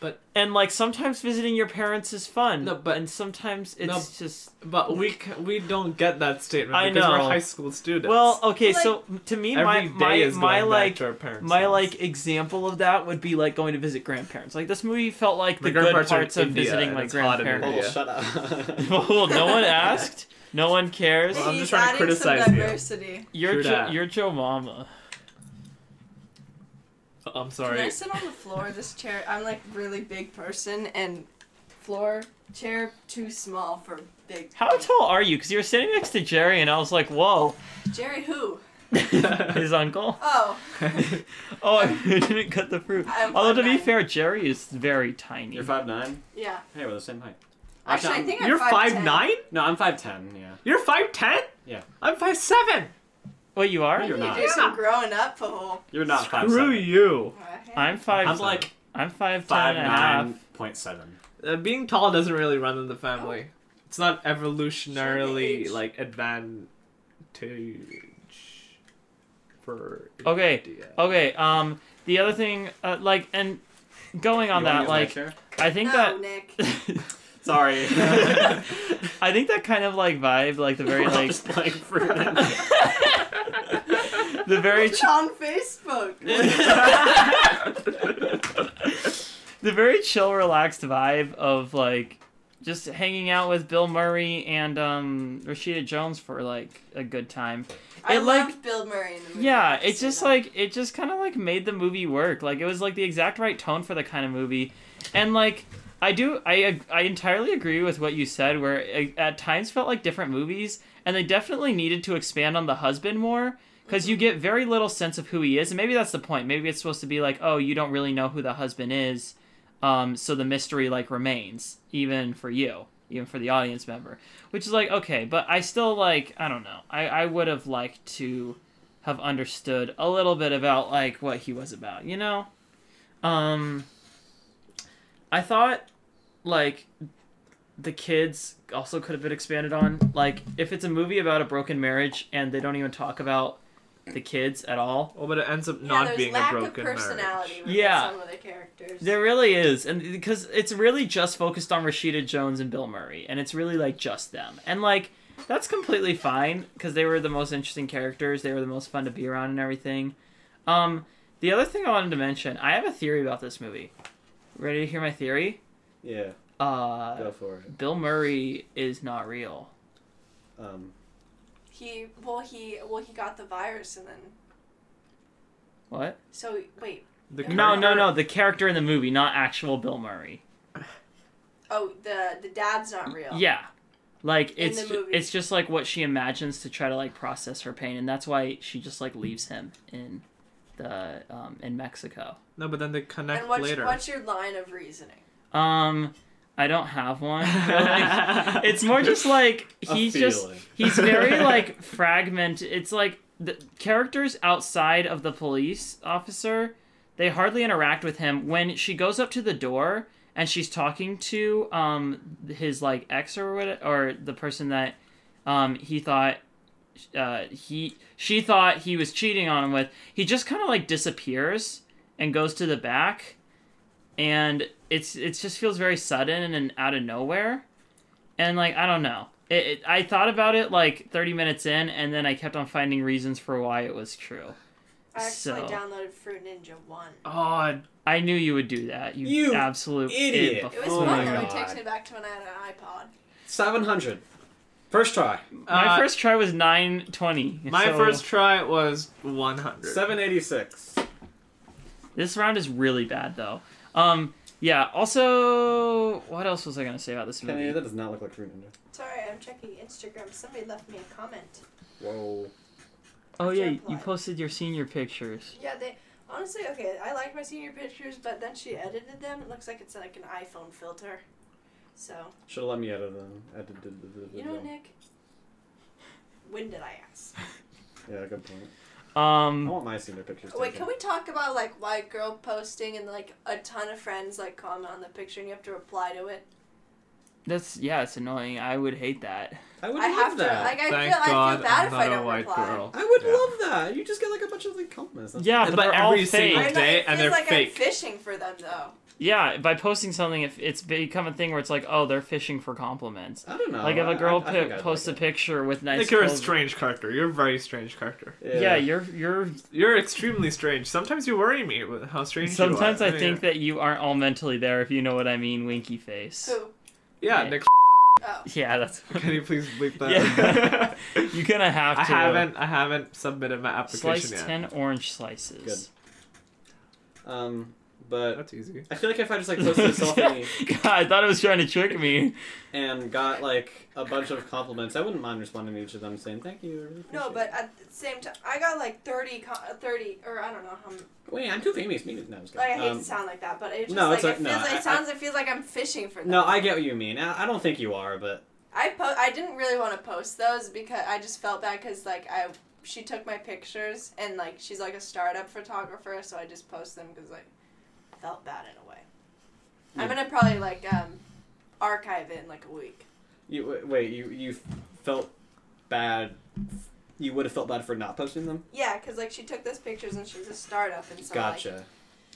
But-
and like sometimes visiting your parents is fun.
No, but-
and sometimes it's
No,
just
but we c- we don't get that statement
I
because
know.
we're high school students.
Well, okay,
Like-
so to me,
every
my
day
my
is
my
going
like
back to our parents.
my
house.
like example of that would be like going to visit grandparents. Like this movie felt like
My
the good
grandparents are in
parts of
India,
visiting
and
my
it's hot in
grandparents.
India.
Oh, shut up.
well, no one asked. No one cares.
Well, I'm
He's
just trying to
adding
criticize
some
you.
diversity.
You're
True
jo-
dat.
you're Joe Mama.
Oh, I'm
Can I
sorry.
sit on the floor? of This chair. I'm like really big person and floor chair too small for big.
How tall are you? Because you were sitting next to Jerry, and I was like, "Whoa,
Jerry who?
his uncle."
Oh,
Oh, I didn't cut the fruit.
I'm
Although to be
5'9".
fair, Jerry is very tiny.
You're five nine.
yeah.
Hey, we're the same height.
Actually, I think I'm
You're five
5'10".
nine.
No, I'm five ten. Yeah.
You're five ten.
Yeah.
I'm five seven.
Wait, you are?
No, you're
You
not.
do some growing up, Pahol.
You're not five
Screw
seven.
you.
Alright. hey.
I'm five.
I'm
I'm,
like
five,
five
ten and a half.
nine point seven.
Uh, being tall doesn't really run in the family. It's not evolutionarily
Age.
like advantage for
Okay,
India.
Okay. Um. The other thing, uh, like, and going on
You wanna
that,
use my
like,
chair?
I think
no,
that
Nick.
Sorry.
I think that kind of like vibe, like the very
We're all
like
just playing for them.
the very
It's on Facebook.
the very chill, relaxed vibe of like just hanging out with Bill Murray and um Rashida Jones for like a good time.
I
It, like-
loved Bill Murray in the movie.
Yeah,
I've
it's
seen
just
that.
like it just kind of like made the movie work. Like it was like the exact right tone for the kind of movie, and like I do I uh, I entirely agree with what you said. Where it, at times felt like different movies, and they definitely needed to expand on the husband more because
Mm-hmm.
you get very little sense of who he is, and maybe that's the point. Maybe it's supposed to be like, oh, you don't really know who the husband is, um, so the mystery like remains even for you, even for the audience member, which is like okay, but I still like I don't know. I I would have liked to have understood a little bit about like what he was about, you know? Um I thought like the kids also could have been expanded on. Like if it's a movie about a broken marriage and they don't even talk about the kids at all.
Well, Oh, but it ends up
Yeah,
not
there's
being
lack
a broken
of
marriage.
personality with
Yeah.
some of the characters.
There really is. And because it's really just focused on Rashida Jones and Bill Murray and it's really like just them. And like that's completely fine because they were the most interesting characters. They were the most fun to be around and everything. Um, the other thing I wanted to mention, I have a theory about this movie. Ready to hear my theory?
Yeah,
Uh,
go for it.
Bill Murray is not real.
Um,
He well he well he got the virus and then
What?
so wait
The
No, no,
character-
no. The character in the movie, not actual Bill Murray.
oh the the dad's not real.
Yeah. Like
In
it's
the movie.
it's just like what she imagines to try to like process her pain, and that's why she just like leaves him in the um, in Mexico.
No, but then they connect
And what's
later.
what's your line of reasoning?
Um, I don't have one. it's more just like
a
he's just
feeling.
he's very like fragmented it's like the characters outside of the police officer they hardly interact with him when she goes up to the door and she's talking to um his like ex or what or the person that um he thought uh he she thought he was cheating on him with he just kind of like disappears and goes to the back and it's it just feels very sudden and out of nowhere and like i don't know it, it, i thought about it like 30 minutes in and then i kept on finding reasons for why it was true
I actually
So-
downloaded Fruit Ninja One.
oh,
i knew you would do that you,
You
absolute
idiot.
It was
Oh
fun
my
though. It
God.
takes me back to when I had an iPod.
seven hundred. First try.
my
Uh,
first try was 920
my
so
first try was 100.
Seven eighty six.
this round is really bad though um yeah also what else was i gonna say about this movie
That does not look like Fruit Ninja.
Sorry, I'm checking Instagram. Somebody left me a comment.
Whoa.
oh yeah you- you
Jump line.
posted your senior pictures
Yeah, they honestly okay. I like my senior pictures, but then she edited them. It looks like it's like an iPhone filter. So
Should have let me edit them. Edit, did- did- did-
you know,
did-
Nick. When did I ask?
Yeah, good point. I
um
want my senior pictures.
Wait,
taken.
can we talk about like white girl posting and like a ton of friends like comment on the picture and you have to reply to it?
that's yeah it's annoying i would hate that
I would
I
love
have to.
that.
Like I
Thank
feel, I
God
feel bad
I'm
if
not
I
a
don't
white
reply.
girl.
I would
Yeah.
love that. You just get like a bunch of like comments. That's-
yeah
But
but,
they're
all
every
fake.
single
I know,
Day,
it
and
feels
they're
like
fake.
I'm fishing for them though.
Yeah, by posting something, if it's become a thing where it's like, oh, they're fishing for compliments.
I don't know.
like if
Uh, I-
a girl
I- I
pi-
think I'd
posts
like
a picture with
I
nice.
think you're a
clothes-
strange character. You're a very strange character.
it.
Yeah. you're you're.
You're extremely strange. Sometimes you worry me with how strange you are.
Sometimes I
mean,
think that you aren't all mentally there, if you know what I mean. Winky face.
Who?
Yeah,
Yeah.
Nick.
Oh,
Yeah, that's.
Can you please bleep that?
Yeah. you gonna have to.
I haven't. I haven't submitted my application
Slice
yet.
ten orange slices.
Um, but
That's easy.
I feel like if I just like posted a selfie
God, I thought it was trying to trick me.
and got like a bunch of compliments, I wouldn't mind responding to each of them saying thank you. I really
no,
appreciate
but at the same time, I got like 30, co- 30, or I don't know how. many-
it." wait, I'm too famous. Me, no, I'm just
Like, I
kidding.
hate
Um,
to sound like that, but it just
no,
like
it's
it
like- no,
feels. like,
I-
it sounds. it feels like I'm fishing for them.
no, I get what you mean. I, I don't think you are, but
I po- I didn't really want to post those because I just felt bad because like I she took my pictures and like she's like a startup photographer, so I just post them because like felt bad in a way. I'm gonna probably like um archive it in like a week.
You wa- wait. You you felt bad. You would have felt bad for not posting them.
Yeah, cause like she took those pictures and she's a startup and so like
Gotcha.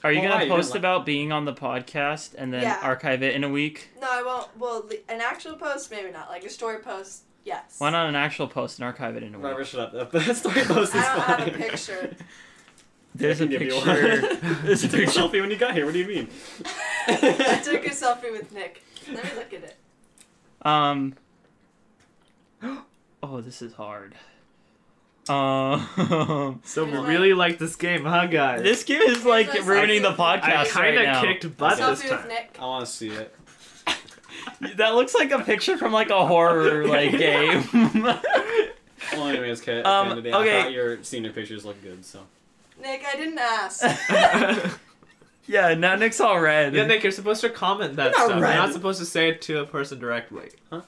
Are you
Well, why?
gonna
You didn't
post
like-
about being on the podcast and then
Yeah.
archive it in a week?
No, I won't. Well, li- an actual post, maybe not. Like a story post, yes.
Why not an actual post and archive it in a
Whatever.
week?
Shut up. The story post is
I don't have a
fine.
picture.
There's
I
a
can give you
picture.
one.
There's a
you took a
picture.
selfie when you got here. What do you mean?
I took a selfie with Nick. Let me look at it.
Um. Oh, this is hard. Um.
So we
You're like-
really like this game, huh, guys?
this game is like
Here's my
ruining the
selfie.
I
podcast
kind
right
of
now.
kicked butt
selfie
this time.
with Nick.
I want to see it.
That looks like a picture from like a horror like game.
Well, anyways, Kate.
Um,
Um, the end of the day,
okay.
I thought your senior pictures look good, so.
Nick, I didn't ask.
yeah, now Nick's all red.
yeah, Nick, you're supposed to comment that
You're not
stuff. You're
red.
not supposed to say it to a person directly.
You're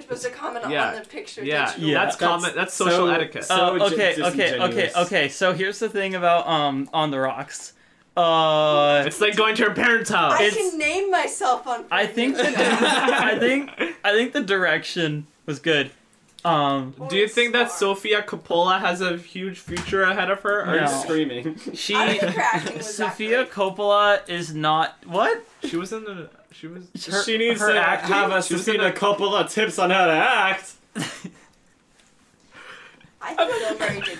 supposed to comment on
Yeah.
the picture.
Yeah,
digitally.
Yeah.
that's comment. That's social
so-
etiquette.
so-
Oh,
ge-
okay, okay, okay,
disingenuous.
okay. So here's the thing about um on the rocks. Uh,
it's like going to your parents' house.
I
it's-
can name myself on.
I think the
Facebook.
I think I think the direction was good. Um,
Do you
Or
think that
star.
Sofia Coppola has a huge future ahead of her? Or
Are you
No.
screaming?
she
I think her acting was
Sophia
that
Coppola is not what
she was in the. She was.
Her-
she needs
her
to
acting?
have us
She
to
was in
see a
a-
couple of tips on how to act.
great. I think they're very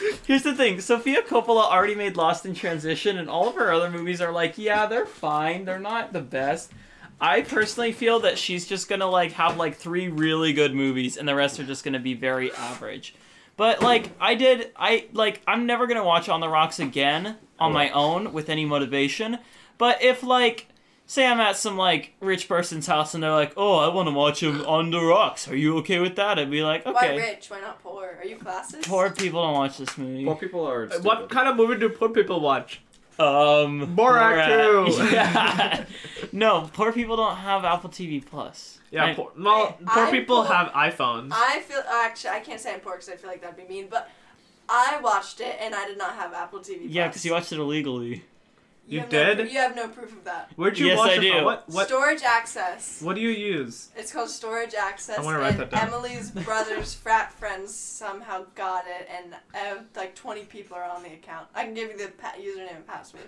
good.
Here's the thing: Sophia Coppola already made Lost in Transition, and all of her other movies are like, yeah, they're fine. They're not the best. I personally feel that she's just gonna like have like three really good movies, and the rest are just gonna be very average. But like, I did, I like, I'm never gonna watch On the Rocks again on my own with any motivation. But if like, say I'm at some like rich person's house and they're like, oh, I want to watch him On the Rocks. Are you okay with that? I'd be like,
Why
okay.
rich? Why not poor? Are you classes?
Poor people don't watch this movie.
Well, people are. Stupid.
Uh, What kind of movie do poor people watch?
Um,
Borat two.
Yeah. no, poor people don't have Apple TV Plus.
Yeah,
I-
poor, well,
I-
poor
I
people
pull-
have iPhones.
I feel actually I can't say I'm poor because I feel like that'd be mean, but I watched it and I did not have Apple TV.
yeah,
Plus.
because you watched it illegally.
You
have no
did?
proo- you have no proof of that.
Where'd you
Yes,
watch
I
it
do.
from? What what
Storage access.
what do you use?
It's called storage access.
I wanna write
and
that down.
Emily's brother's frat friends somehow got it, and uh, like 20 people are on the account. I can give you the pa- username and password.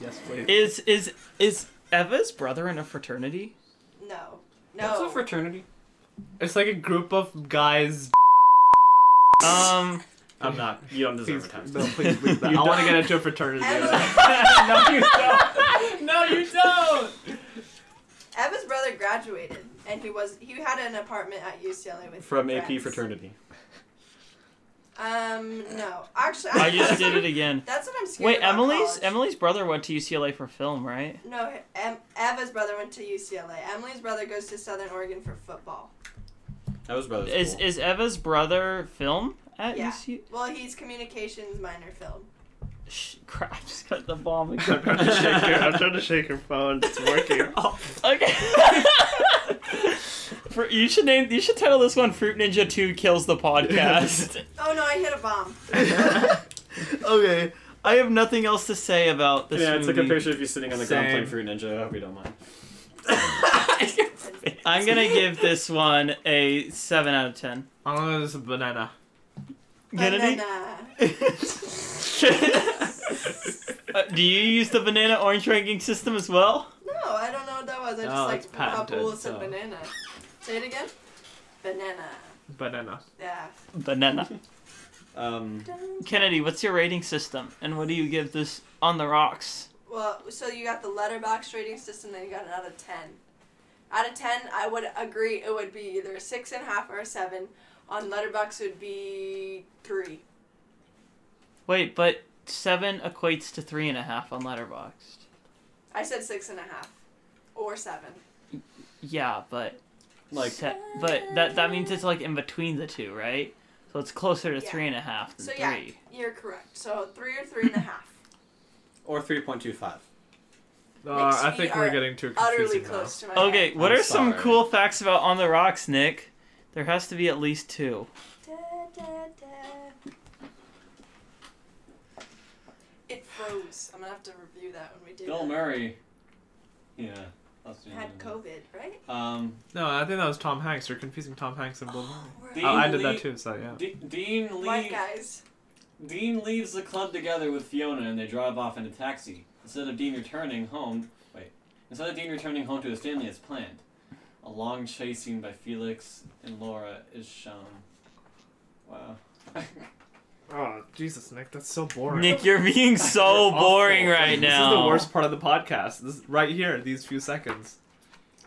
Yes, please.
Is is is Eva's brother in a fraternity?
No,
What's a
no.
fraternity?
it's like a group of guys.
Um,
I'm not. You don't deserve
Please,
a time.
no, please leave that.
You
I want to
don't-
get into a fraternity.
Emily,
no, you don't. No, you don't.
Eva's brother graduated, and he was he had an apartment at UCLA with
From
friends.
AP fraternity.
Um, no, actually,
I just did it again.
That's what I'm scared.
Wait,
about
Emily's
college.
Emily's brother went to UCLA for film, right?
No, em- Eva's brother went to UCLA. Emily's brother goes to Southern Oregon for football.
That was brother.
Is is Eva's brother film at
Yeah.
UC?
Well, he's communications minor film.
Sh- crap, I just got the bomb again.
I'm trying to shake her. I'm trying to shake her phone. It's working.
Okay. Oh, For, you should name. You should title this one "Fruit Ninja Two Kills the Podcast."
Oh no, I hit a bomb.
okay, I have nothing else to say about this
yeah, I took a
movie.
picture of you sitting on the ground playing
Same.
Fruit Ninja. I hope you don't mind.
I'm gonna give this one a seven out of ten.
Oh,
I'm gonna use a banana.
Kennedy,
Banana.
Uh, do you use the banana orange ranking system as well?
No, I don't know what that was. I just
Oh, it's
like how
patented,
cool said
so-
banana. Say it again. Banana.
Banana.
Yeah.
Banana.
Um,
Kennedy, what's your rating system, and what do you give this on the rocks?
Well, so you got the letterbox rating system, then you got an out of ten. Out of ten, I would agree it would be either a six and a half or a seven. On letterbox, it would be three.
Wait, but seven equates to three and a half on Letterboxd.
I said six and a half, or seven.
Yeah, but
like
Se- but that that means it's like in between the two, right? So it's closer to
Yeah.
three and a half than
So yeah,
three.
you're correct. So three or three and a half.
or three point two five.
Uh,
Makes
I
me
think
are
we're getting too confusing
Utterly
now.
close to my.
Okay, what
I'm
are some
sorry.
cool facts about On the Rocks, Nick? There has to be at least two.
Head. Games. I'm gonna have to review that when we do.
Bill
that.
Murray. Yeah. that's the name
Had
of it.
COVID, right?
Um,
No, I think that was Tom Hanks. You're confusing Tom Hanks and Bill Murray.
Dean
Oh, I did
Lee-
that too, so yeah.
De- Dean
White
leaves.
guys.
Dean leaves the club together with Fiona, and they drive off in a taxi. Instead of Dean returning home, wait. Instead of Dean returning home to his family as planned, a long chase scene by Felix and Laura is shown. Wow.
Oh, Jesus, Nick, that's so boring.
Nick, you're being so
You're awful.
boring right
this
now.
is the worst part of the podcast. This right here, these few seconds.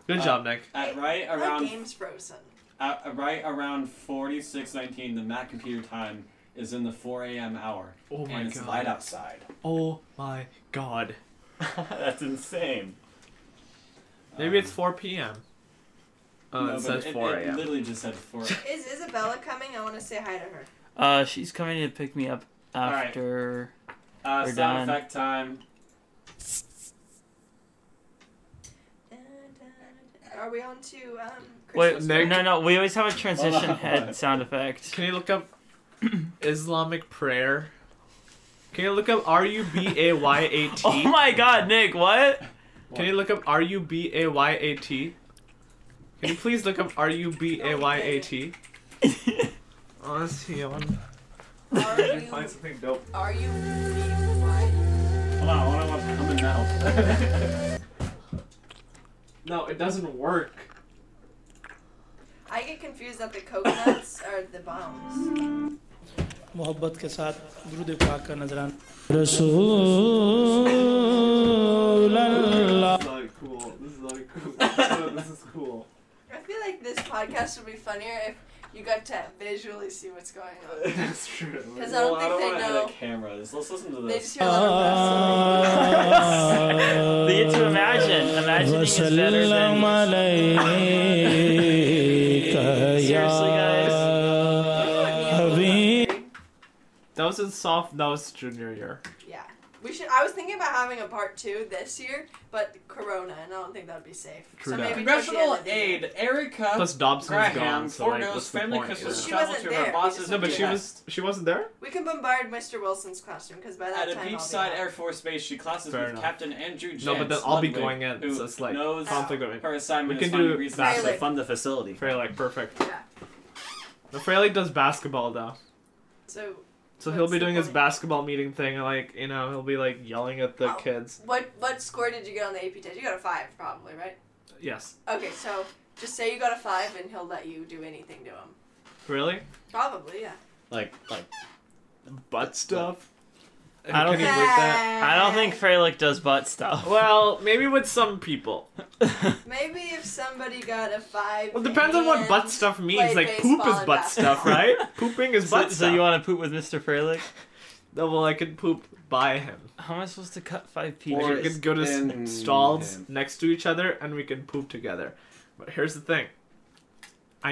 Good
Uh,
job, Nick.
at right
My
around
game's frozen.
At uh, right around 4619, the Mac computer time is in the 4 a.m. hour.
Oh my
and it's
god.
light outside.
Oh my god.
That's insane.
Maybe
Um,
it's 4 p.m. Oh,
no,
it
but
says
it,
4
It
a.m.
literally just said 4
Is Isabella coming? I want to say hi to her.
Uh, she's coming to pick me up
right.
after.
Uh,
We're
sound
done.
effect time.
Are we on to um?
Wait,
Christmas?
Nick?
no, no. We always have a transition
on.
head sound effect.
Can you look up Islamic prayer? Can you look up R U B A Y A T?
Oh my God, Nick, what?
Can you look up R U B A Y A T? Can you please look up R U B A Y A T? Oh, let's see. I wanna-
Are you?
something dope.
Are you? why-
Hold on, I wonder what's coming now.
No, it doesn't work.
I get confused that the coconuts are the bombs.
मोहब्बत के साथ गुरुदेव पाक का नजराना रसूल अल्लाह
This is like cool. This is like cool. this is cool.
I feel like this podcast would be funnier if you got to visually see what's going on.
That's true.
Because I
well,
don't
want
think
to
they know.
edit cameras. Let's listen to
They
this.
just hear a
Uh,
lot of wrestling.
They get to imagine. Imagining is better than.
वसल्लम अलैका या
Seriously,
Uh,
Habib
That was in soft. That was junior year.
Yeah. We should. I was thinking about having a part two this year, but Corona, and I don't think that'd be safe.
True
so
that.
maybe towards the end
Congressional
of the year.
aide Erica
Uh,
Plus Dobson's
Graham
gone, so like,
forgoes
what's the
family
point?
Christmas
She
travel
wasn't
to
there.
her boss's
No, but she
behest.
was. She wasn't there.
We can bombard Mr. Wilson's classroom because by that
At a
time I'll
beachside
be
Air Force Base, she classes
Fair
with
enough.
Captain Andrew Jantz,
No, but then I'll be
Ludwig,
going in,
who
so it's like
knows
conflict of interest.
her assignment
We
is
can
finding
do
reasons
that.
to
Really?
Fund the facility.
Freylich, perfect.
out. Yeah.
The Freylich does basketball though,
So
so he'll
What's
be
the
doing his
point?
basketball meeting thing. Like you know, he'll be like yelling at the
Oh.
kids.
what what score did you get on the AP test? You got a five probably, right?
Yes,
Okay, so just say you got a five and he'll let you do anything to him.
really.
Probably, yeah.
Like, like,
Butt stuff.
I don't
Can you
think-
believe that?
I don't think Freilich does butt stuff.
Well, maybe with some people.
Maybe if somebody got a five.
Well, depends on what butt
and-
stuff means.
played
Like poop
baseball
is
and
butt stuff,
basketball.
right? Pooping is
so,
butt
so
stuff.
you want to poop with Mr. Freilich?
No, well, I could poop by him.
How am I supposed to cut five
Or
we
pieces?
is-
could go to
in-
s stalls
in.
next to each other and we can poop together. But here's the thing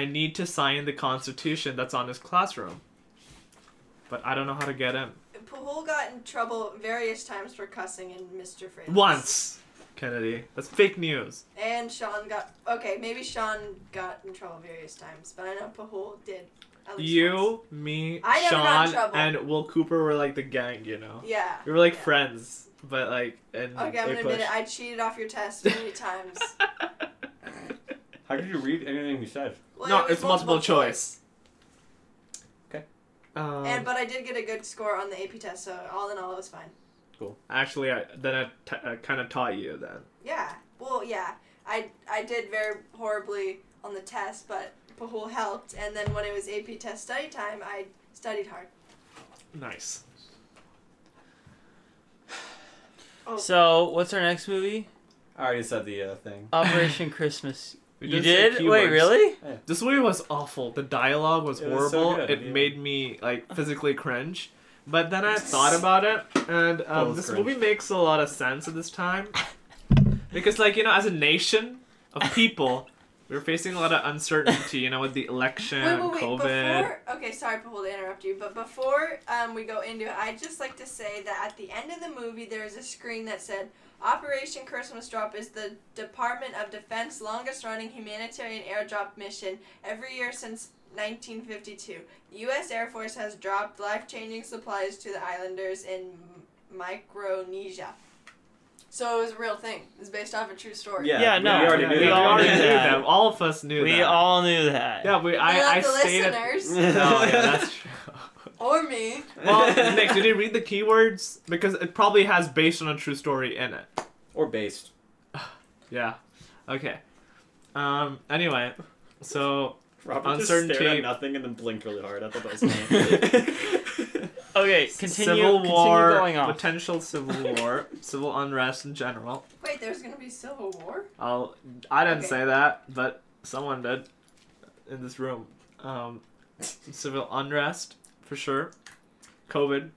I need to sign the Constitution that's on his classroom. But I don't know how to get in.
Pahul got in trouble various times for cussing in Mr. Freilich.
Once! Kennedy. That's fake news.
And Sean got okay. Maybe Sean got in trouble various times, but I know Pahul did. At least once.
You, me,
I never got in
Sean,
trouble.
and Will Cooper were like the gang, you know?
Yeah.
We were like
Yeah.
friends, but like. And
Okay, I'm gonna admit it. I cheated off your test many times.
How did you read anything he said?
Well,
No,
it was
it's multiple choice. um,
And but I did get a good score on the AP test, so all in all, it was fine.
Actually, I, then I kind of taught you then.
Yeah. Well, yeah. I I did very horribly on the test, but Pahul helped. And then when it was AP test study time, I studied hard.
Nice.
Oh,
So, what's our next movie?
I already said the uh, thing.
Operation Christmas.
We
you
did say
did? Wait,
keywords.
really?
This movie was awful. The dialogue was
It
horrible.
was so good,
it
yeah.
made me like physically cringe. But then I thought about it, and um,
was
this
cringe.
movie makes a lot of sense at this time, because like you know, as a nation of people, we we're facing a lot of uncertainty. You know, with the election,
Wait, wait, wait.
COVID.
Before, okay, sorry, Pahul, to interrupt you, but before um, we go into it, I'd just like to say that at the end of the movie, there was a screen that said Operation Christmas Drop is the Department of Defense longest running humanitarian airdrop mission every year since 1952. The U.S. Air Force has dropped life changing supplies to the islanders in M- Micronesia.
So it was a real thing. It's based off a true story.
Yeah,
Yeah,
we
no,
already
yeah,
knew
we
yeah,
that.
already
knew
knew that.
that. All of us knew
we
that.
all knew that.
Yeah, we. I,
You're not
I
the
stayed at.
listeners
Oh, yeah, that's true.
or me.
Well, Nick, did you read the keywords? Because it probably has based on a true story in it.
or based.
Yeah. Okay. Um. Anyway, so
Robert
Uncertainty.
just stared at nothing and then blinked really hard. I thought that was funny.
Okay, continue.
civil
continue
war,
going on.
potential civil war, civil unrest in general.
Wait, there's gonna be civil war?
I'll. I didn't
Okay.
say that, but someone did in this room. Um, civil unrest for sure. COVID,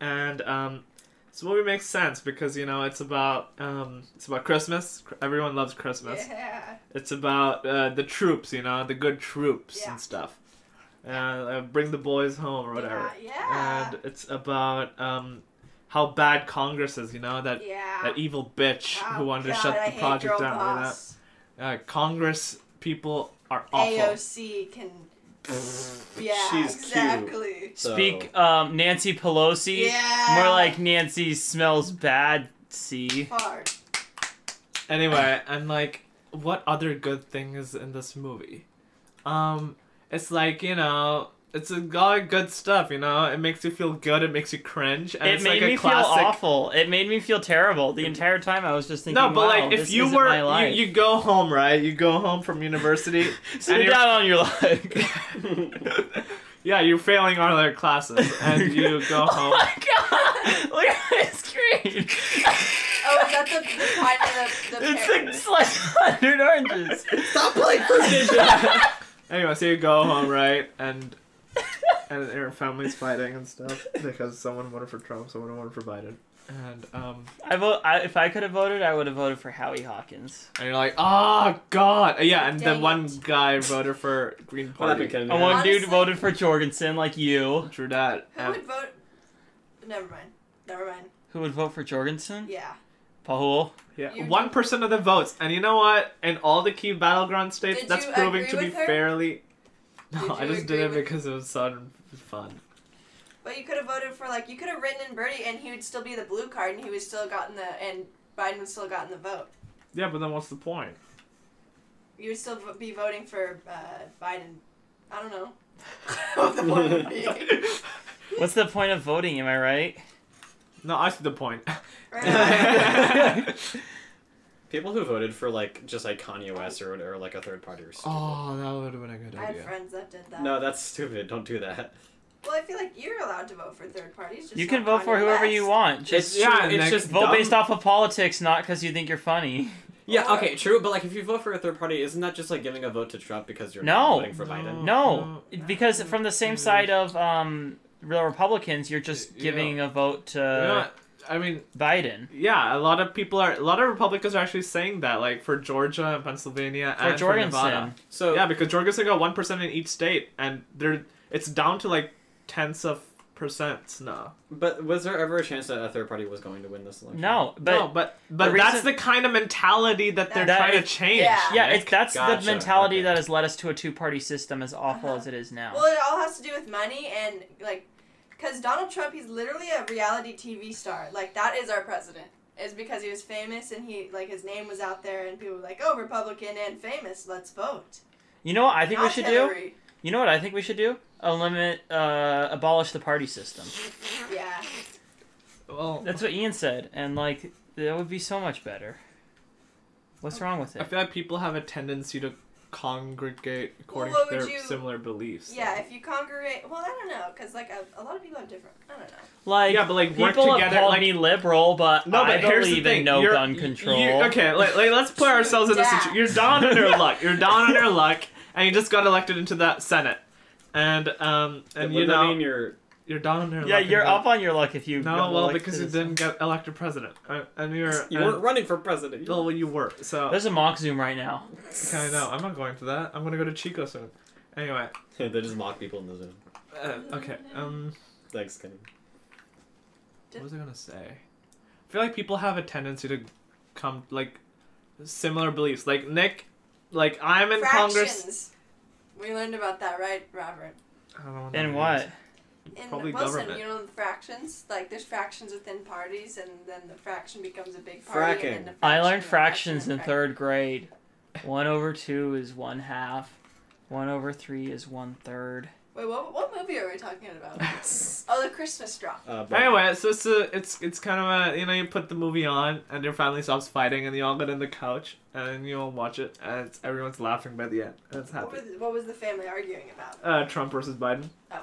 and um, this movie makes sense because you know it's about um, it's about Christmas. Cr- Everyone loves Christmas.
Yeah.
It's about uh, the troops, you know, the good troops
Yeah.
and stuff. Uh, uh, bring the boys home or whatever.
Yeah. Yeah.
And it's about um, how bad Congress is, you know, that
yeah.
that evil bitch
Oh,
who wanted to
Ah. God,
shut
I
the
hate
project
girl
down. you know?
boss.
Uh, Congress people are awful.
AOC can. Yeah,
She's cute.
exactly.
So-
Speak um, Nancy Pelosi.
Yeah.
More like Nancy smells bad. See.
Hard.
Anyway, and like, what other good thing is in this movie? Um, it's like you know, it's a lot of good stuff. You know, it makes you feel good. It makes you cringe. And
It
it's
made
like a
me
classic...
feel awful. It made me feel terrible the entire time. I was just thinking,
No, but
wow,
like
this
if you
isn't my
were
life.
you, you go home right, you go home from university, and
sit
you're-
down on your leg.
yeah, you're failing all other classes, and you go
Oh
home.
my god! Look at my screen.
Oh, is that the, the part of the, the parent?
It's like slice hundred oranges.
Stop playing Fruit Ninja.
Anyway, so you go home right, and and your family's fighting and stuff because someone voted for Trump, someone voted for Biden, and um,
I vote. I, if I could have voted, I would have voted for Howie Hawkins.
and you're like, oh god, yeah, and then
Dang
one
it.
guy voted for Green
what happened,
Party.
Kennedy?
And one dude
Honestly-
voted for Jorgensen, like you.
True that.
Who
And-
would vote? Never mind. Never mind.
Who would vote for Jorgensen?
Yeah.
Pahul.
Yeah,
You
one percent of the votes, and you know what? In all the key battleground states,
Did
that's
you
proving
agree
to be
with her?
fairly. No,
Did
I
you
just
agree
did it
with-
because it was fun. Fun.
But you could have voted for like you could have written in Birdie and he would still be the blue card and he would still gotten the and Biden would still gotten the vote.
Yeah, but then what's the point?
You would still vo- be voting for uh, Biden. I don't know. What the point would be.
What's the point of voting? Am I right?
No, I see the point. Oh,
Right?
People who voted for like just like Kanye West or whatever, like a third party or stupid.
oh, that would have been a good
I had
idea.
friends that did that.
No, that's stupid. Don't do that.
Well, I feel like you're allowed to vote for third parties. Just
you can
not
vote for
Kanye
whoever
West.
you want. Just
yeah, and like-
vote based off of politics, not because you think you're funny.
Mm-hmm.
Yeah, okay, true. But like, if you vote for a third party, isn't that just like giving a vote to Trump because you're
No.
not voting for Biden?
Mm-hmm.
No, because from the same side of um, real Republicans, you're just
Yeah.
giving a vote to
You're not- I mean,
Biden.
yeah, a lot of people are, a lot of Republicans are actually saying that, like for Georgia and Pennsylvania
For
and for
Jorgensen.
Nevada.
So
yeah, because Jorgensen got one percent in each state, and they're it's down to like tenths of percents now.
But was there ever a chance that a third party was going to win this election?
No, but
no, but but
the
that's
reason-
the kind of mentality that they're
That
trying to
is-
change.
Yeah.
yeah,
Nick,
it's, that's
gotcha,
the mentality
okay.
that has led us to a two-party system, as awful
Uh-huh.
as it is now.
Well, it all has to do with money and like, because Donald Trump, he's literally a reality TV star. Like that is our president. It's because he was famous and he like his name was out there and people were like, oh, Republican and famous, let's vote.
you know what I think we
Not
should do?
Hillary.
You know what I think we should do? Eliminate, uh, abolish the party system.
Yeah.
Well,
That's what Ian said, and like that would be so much better. What's wrong with
I
it?
feel like people have a tendency to congregate according
Well, what
to their
would you-
similar beliefs.
Yeah. If you congregate, well, I don't know, because like a, a lot of people have different. I don't know.
Like,
Yeah, but, like,
people
work
have
together,
called
like-
me liberal, but
No, but
I
here's
believe
the thing.
in no
you're,
gun
you-
control.
you- okay, like, like, let's put ourselves in this
Dad.
situation. You're down on your luck. You're down on your luck, and you just got elected into that Senate, and um, and you
Would that
know,
mean you're
you're down on your
Yeah,
luck. and
you're
you're-
up on your luck if you.
No,
got
well,
elected
because you
as-
didn't get elected president, Uh, and you're
you
and-
weren't running for president?
well, well, you were. So
There's a mock zoom right now.
Okay, I know. I'm not going to that. I'm gonna go to Chico soon. Anyway,
they just mock people in the Zoom.
uh, okay. Um,
Thanks, Kenny.
what was I gonna say? I feel like people have a tendency to come like similar beliefs. Like Nick, like I'm in
Fractions.
Congress.
We learned about that, right, Robert?
I don't know
In
that
what?
means.
in
Probably
most of them,
government.
you know, the fractions. Like there's fractions within parties, and then the fraction becomes a big
Fracking.
party. And then the
I
fraction,
learned fractions
a fraction, a
in
fraction.
third grade. One over two is one half. One over three is one third.
Wait, what, what movie are we talking about? oh, the Christmas drop.
Uh, but
Anyway, so it's a, it's it's kind of a you know you put the movie on and your family stops fighting and you all get on the couch and you all watch it and it's, everyone's laughing by the end. And it's
What
happy.
was, what was the family arguing about?
Uh, Trump versus Biden.
Oh.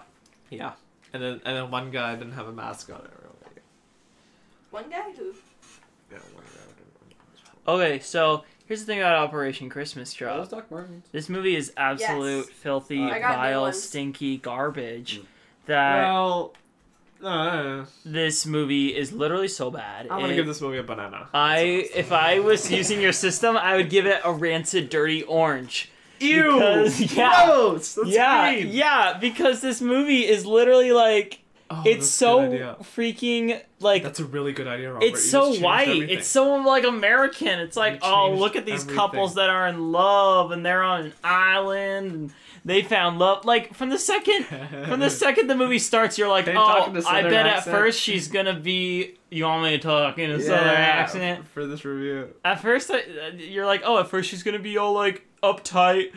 Yeah. And then and then one guy didn't have a mask on. Really.
One guy who
Yeah, one guy didn't.
Okay, so here's the thing about Operation Christmas
that
Drop.
was Doc Martens.
This movie is absolute
Yes.
filthy,
I
got new
vile,
ones.
stinky garbage.
Mm.
That
well, no, no, no, no.
this movie is literally so bad.
I'm gonna
It-
give this movie a banana.
I if I was using your system, I would give it a rancid, dirty orange.
Ew!
Because- yeah.
Gross! That's
yeah,
green!
yeah, because this movie is literally like
Oh,
it's
that's a good
so
idea.
freaking like
That's a really good idea, Robert. You
it's
just
so
changed
white.
everything.
It's so like American. It's like,
You
oh,
changed
look at these
everything.
couples that are in love and they're on an island and they found love. Like from the second from the second the movie starts, you're like,
They talk
oh,
in a
I
Southern
bet at
accent.
first she's gonna be. You want me to talk in a
Yeah,
southern accent?
for this review.
At first, I, you're like, oh, at first she's gonna be all like uptight,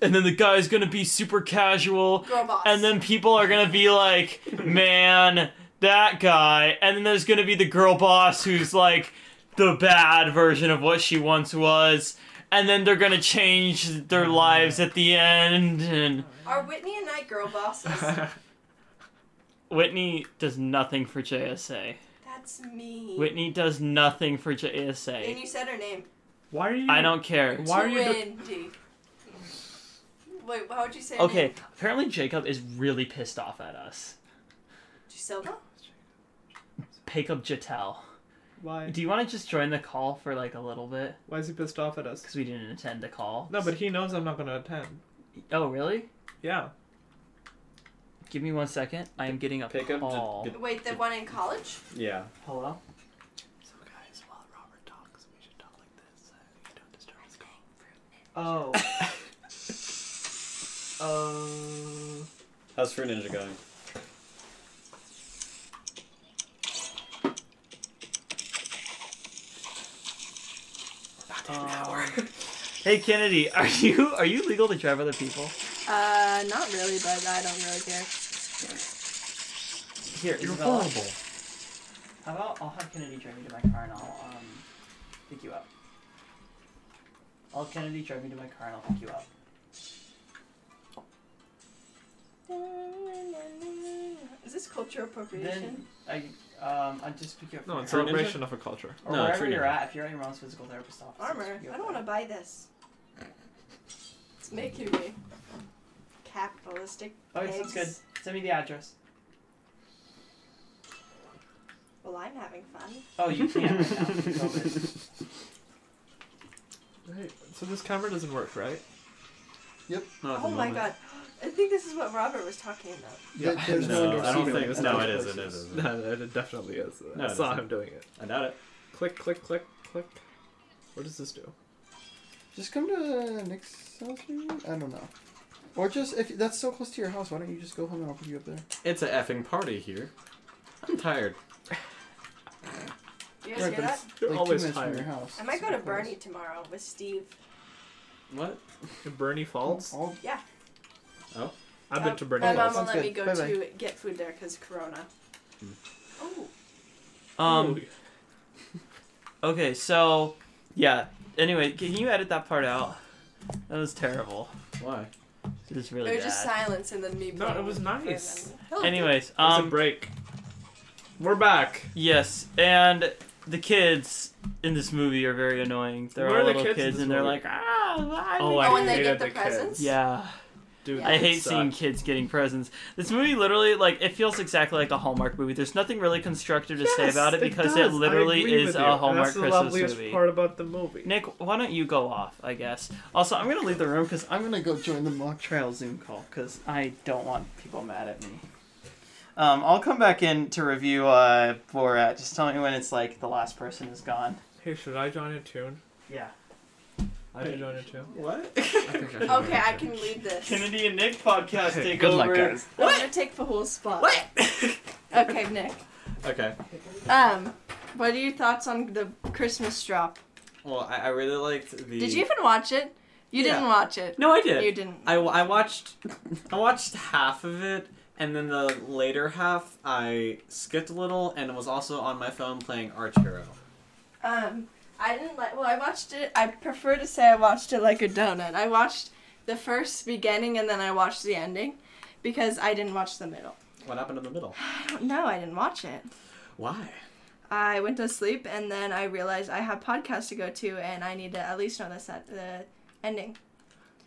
and then the guy's gonna be super casual,
girl boss.
and then people are gonna be like, man, that guy, and then there's gonna be the girl boss who's like the bad version of what she once was, and then they're gonna change their lives at the end, and
are Whitney and I girl bosses?
Whitney does nothing for JSA.
That's me.
Whitney does nothing for
And
JSA.
you said her name.
Why are you?
I don't care.
Why are you do-
Twindy. Wait, how would you say her
Okay,
name?
apparently Jacob is really pissed off at us.
Giselda?
Pick up Jatel.
Why?
Do you want to just join the call for like a little bit?
Why is he pissed off at us?
Because we didn't attend the call.
No, but he knows I'm not gonna attend.
Oh, really?
Yeah.
Give me one second. I am getting a
Pick up
call.
J-
Wait, the one in college?
Yeah.
Hello?
So guys, while Robert talks, we should talk like this. you don't disturb his call. Oh. uh.
How's Fruit Ninja going?
Um, hey Kennedy, are you are you legal to drive other people?
Uh, not really, but I don't really care.
Here, Isabella. How about I'll have Kennedy drive me to my car and I'll um pick you up. I'll have Kennedy drive me to my car and I'll pick you up.
Is this cultural appropriation?
Then I um I just pick you up.
No,
from
it's
your-
Fruit Ninja?
celebration of a culture.
or
No,
wherever
Fruit
you're
Ninja.
at. If you're at your mom's physical therapist office, I'll just
Armor.
pick you
I
up
don't want to
there.
buy this. It's making me capitalistic.
Okay, sounds Oh, good.
pigs.
Send me the address.
Well, I'm having fun.
Oh, you can't right now. with COVID.
Hey, so this camera doesn't work, right?
Not at the
oh my
moment.
god. I think this is what Robert was talking about.
Yeah.
There's no,
No, I don't
endorsements.
think.
at
No,
those
it is. It
places.
is. it is.
No, no, it definitely is.
No,
I
it
saw
isn't.
him doing it.
I doubt it.
Click, click, click, click. What does this do?
Just come to Nick's house, maybe? I don't know. Or just, if that's so close to your house, why don't you just go home and I'll pick you up there?
It's a effing party here. I'm tired.
You guys hear that?
You're
like
always
two minutes from
tired.
your house.
I might go
Super
to
close.
Bernie tomorrow with Steve.
What?
Bernie
Oh,
Falls.
All-
I've been to Bernie
Um, My mom
Falls.
will
Sounds
let me
good.
go
Bye-bye.
to get food there because Corona. Oh,
Um.
Ooh.
Okay. So, yeah. Anyway, can you edit that part out? That was terrible.
Why?
It was
it
really bad.
was just silence and then me.
No,
playing
it was
for them.
nice.
Hello,
Anyways,
It's a
um,
break. We're back.
yes, and the kids in this movie are very annoying. There
Where
are
are the
little
kids
kids,
in this
and they're
movie?
like, ah,
Oh,
Oh,
I
when they
hated
get the
the
presents?
kids.
yeah.
Dude,
I hate
suck.
seeing kids getting presents. This movie literally, like, it feels exactly like a Hallmark movie. There's nothing really constructive to say
Yes,
about it because
does.
it
I
literally
agree
is
with
a
you. and
Hallmark
that's the
Christmas
loveliest
movie.
part about the movie.
Nick, why don't you go off? I guess. Also, I'm gonna leave the room because I'm gonna go join the mock trial Zoom call because I don't want people mad at me. Um, I'll come back in to review uh, Borat. Just tell me when it's like the last person is gone.
Hey, should I join a tune?
Yeah.
I'd be doing it too.
What?
Okay, I can lead this.
Kennedy and Nick podcast take
Good
over.
luck, guys.
I'm gonna take Fahul's spot. Okay, Nick.
Okay.
Um, what are your thoughts on the Christmas drop?
well, I, I really liked the.
Did you even watch it? You
Yeah.
didn't watch it.
No, I did.
You didn't.
I, I watched I watched half of it and then the later half I skipped a little and was also on my phone playing Arch Hero.
Um, I didn't like. Well, I watched it. I prefer to say I watched it like a donut. I watched the first beginning and then I watched the ending, because I didn't watch the middle.
What happened in the middle?
No, I didn't watch it.
Why?
I went to sleep and then I realized I have podcasts to go to and I need to at least know this at the ending.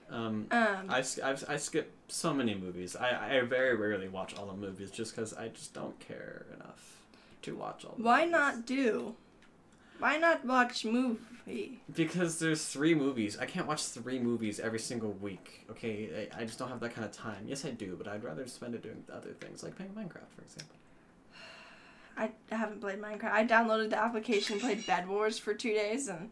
Um
Um,
I, s- I've, I skip so many movies. I, I very rarely watch all the movies just because I just don't care enough to watch all the
why
movies.
not do? Why not watch movie?
Because there's three movies. I can't watch three movies every single week. Okay, I, I just don't have that kind of time. Yes, I do, but I'd rather spend it doing other things, like playing Minecraft, for example.
I haven't played Minecraft. I downloaded the application, played Bed Wars for two days, and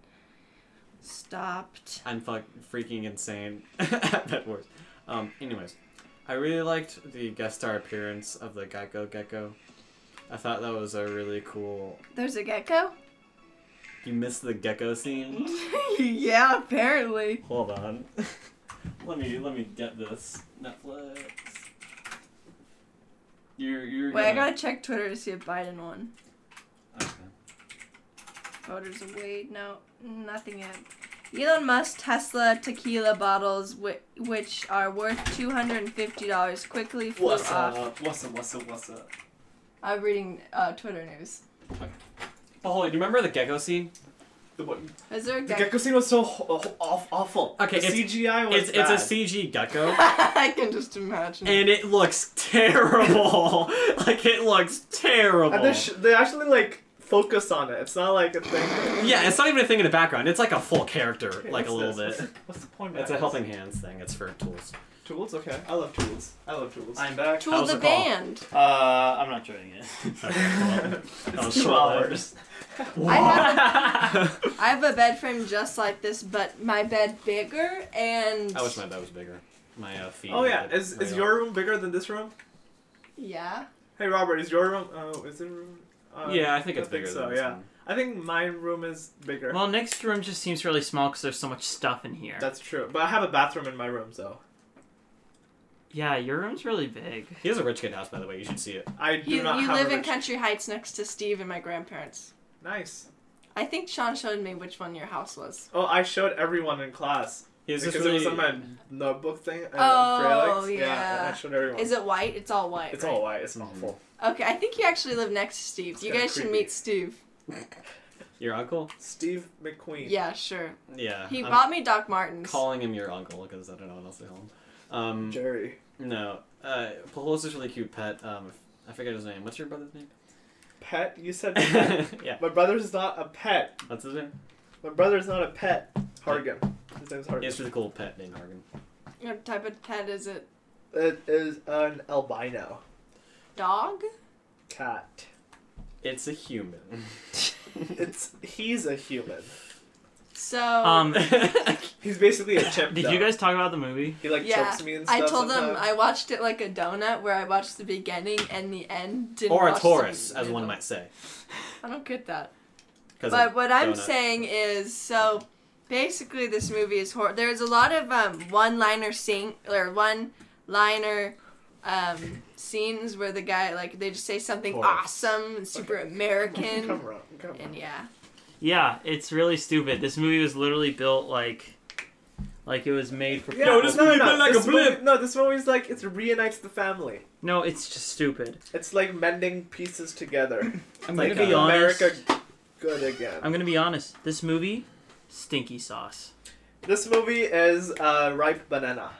stopped.
I'm fuck freaking insane at Bed Wars. Um, anyways, I really liked the guest star appearance of the Gecko Gecko. I thought that was a really cool.
There's a gecko.
You missed the gecko scene.
yeah, apparently.
Hold on.
Let me let me get this Netflix. You're you're.
Wait, I
gonna-
gotta check Twitter to see if Biden won.
Okay.
Voters await. No, nothing yet. Elon Musk Tesla tequila bottles, whi- which are worth two hundred and fifty dollars, quickly flew
What's
Uh,
off.
up? What's up? What's up? What's up?
I'm reading uh, Twitter news.
Oh, hold on, do you remember the gecko scene?
The, boy-
Is there a
the
gecko?
gecko scene was so ho- ho- aw- awful.
Okay,
the
it's-
CGI was
It's it's a
bad.
CG gecko,
I can just imagine.
and it looks terrible. like it looks terrible.
And they, sh- they actually like focus on it. It's not like a thing.
yeah, it's not even a thing in the background. It's like a full character,
Okay,
like a little
what's this?
bit.
What's the point? of
It's
that?
a helping hands thing. It's for tools.
Tools. Okay, I love tools. I love tools.
I'm back.
Tool
How's
the
it called?
band.
Uh, I'm not doing it.
That was
two
short-lived.
hours.
I have, a, I have a bed frame just like this, but my bed bigger and
I wish my bed was bigger. My uh, feet.
Oh yeah,
would
is is
wriggle.
your room bigger than this room?
yeah.
Hey Robert, is your room? Oh, is it room? Uh,
yeah, I think it's
I
bigger.
Think so
than this
yeah,
one.
I think my room is bigger.
Well, next room just seems really small because there's so much stuff in here.
That's true, but I have a bathroom in my room, so
Yeah, your room's really big.
He has a rich kid house, by the way. You should see it.
I do
You,
not
you
have
live
a
in
rich-
Country Heights next to Steve and my grandparents.
Nice.
I think Sean showed me which one your house was.
Oh, I showed everyone in class
He has this
because it was on
really-
my notebook thing. uh,
Oh,
Freelix. yeah.
yeah.
I showed everyone.
Is it white? It's all white.
It's
right?
all white. It's awful.
Mm-hmm.
Okay, I think you actually live next to Steve. you
kinda
guys should
creepy.
meet Steve.
Your uncle?
Steve McQueen.
Yeah, sure.
Yeah.
He
Uh, I'm
bought me Doc Martens.
calling him your uncle because I don't know what else to call him.
Mm-hmm.
Um,
Jerry.
no. Uh, Pahola's this really cute pet. Um, I forget his name. What's your brother's name?
Pet. You said pet.
yeah.
my brother's not a pet.
What's his name?
My brother's not a pet. Hargan. His name's
He
Hargan.
has a really cool pet named Hargan.
What type of pet is it?
It is an albino
Dog?
cat.
It's a human.
It's he's a human.
So
Oh.
Um,
He's basically a chimp.
did
though.
you guys talk about the movie?
He like
Yeah,
chokes me and stuff.
I told them
sometimes.
I watched it like a donut, where I watched the beginning and the end. Didn't
or a
watch the
Taurus, as
middle.
one might say.
I don't get that.
'Cause
But
of
what I'm
donut.
saying is, so basically, this movie is horror. There's a lot of um, one-liner scene or one-liner um, scenes where the guy like they just say something
Horror.
awesome and super
Come
American,
around. Come around.
and yeah,
Yeah, it's really stupid. This movie was literally built like, like it was made for.
Yeah,
Yo, this movie went like
this
a blip.
movie- no, this movie's like it reunites the family.
No, it's just stupid.
It's like mending pieces together.
I'm
Like,
gonna be
uh,
honest.
America good again.
I'm gonna be honest. This movie, stinky sauce.
This movie is uh, ripe banana.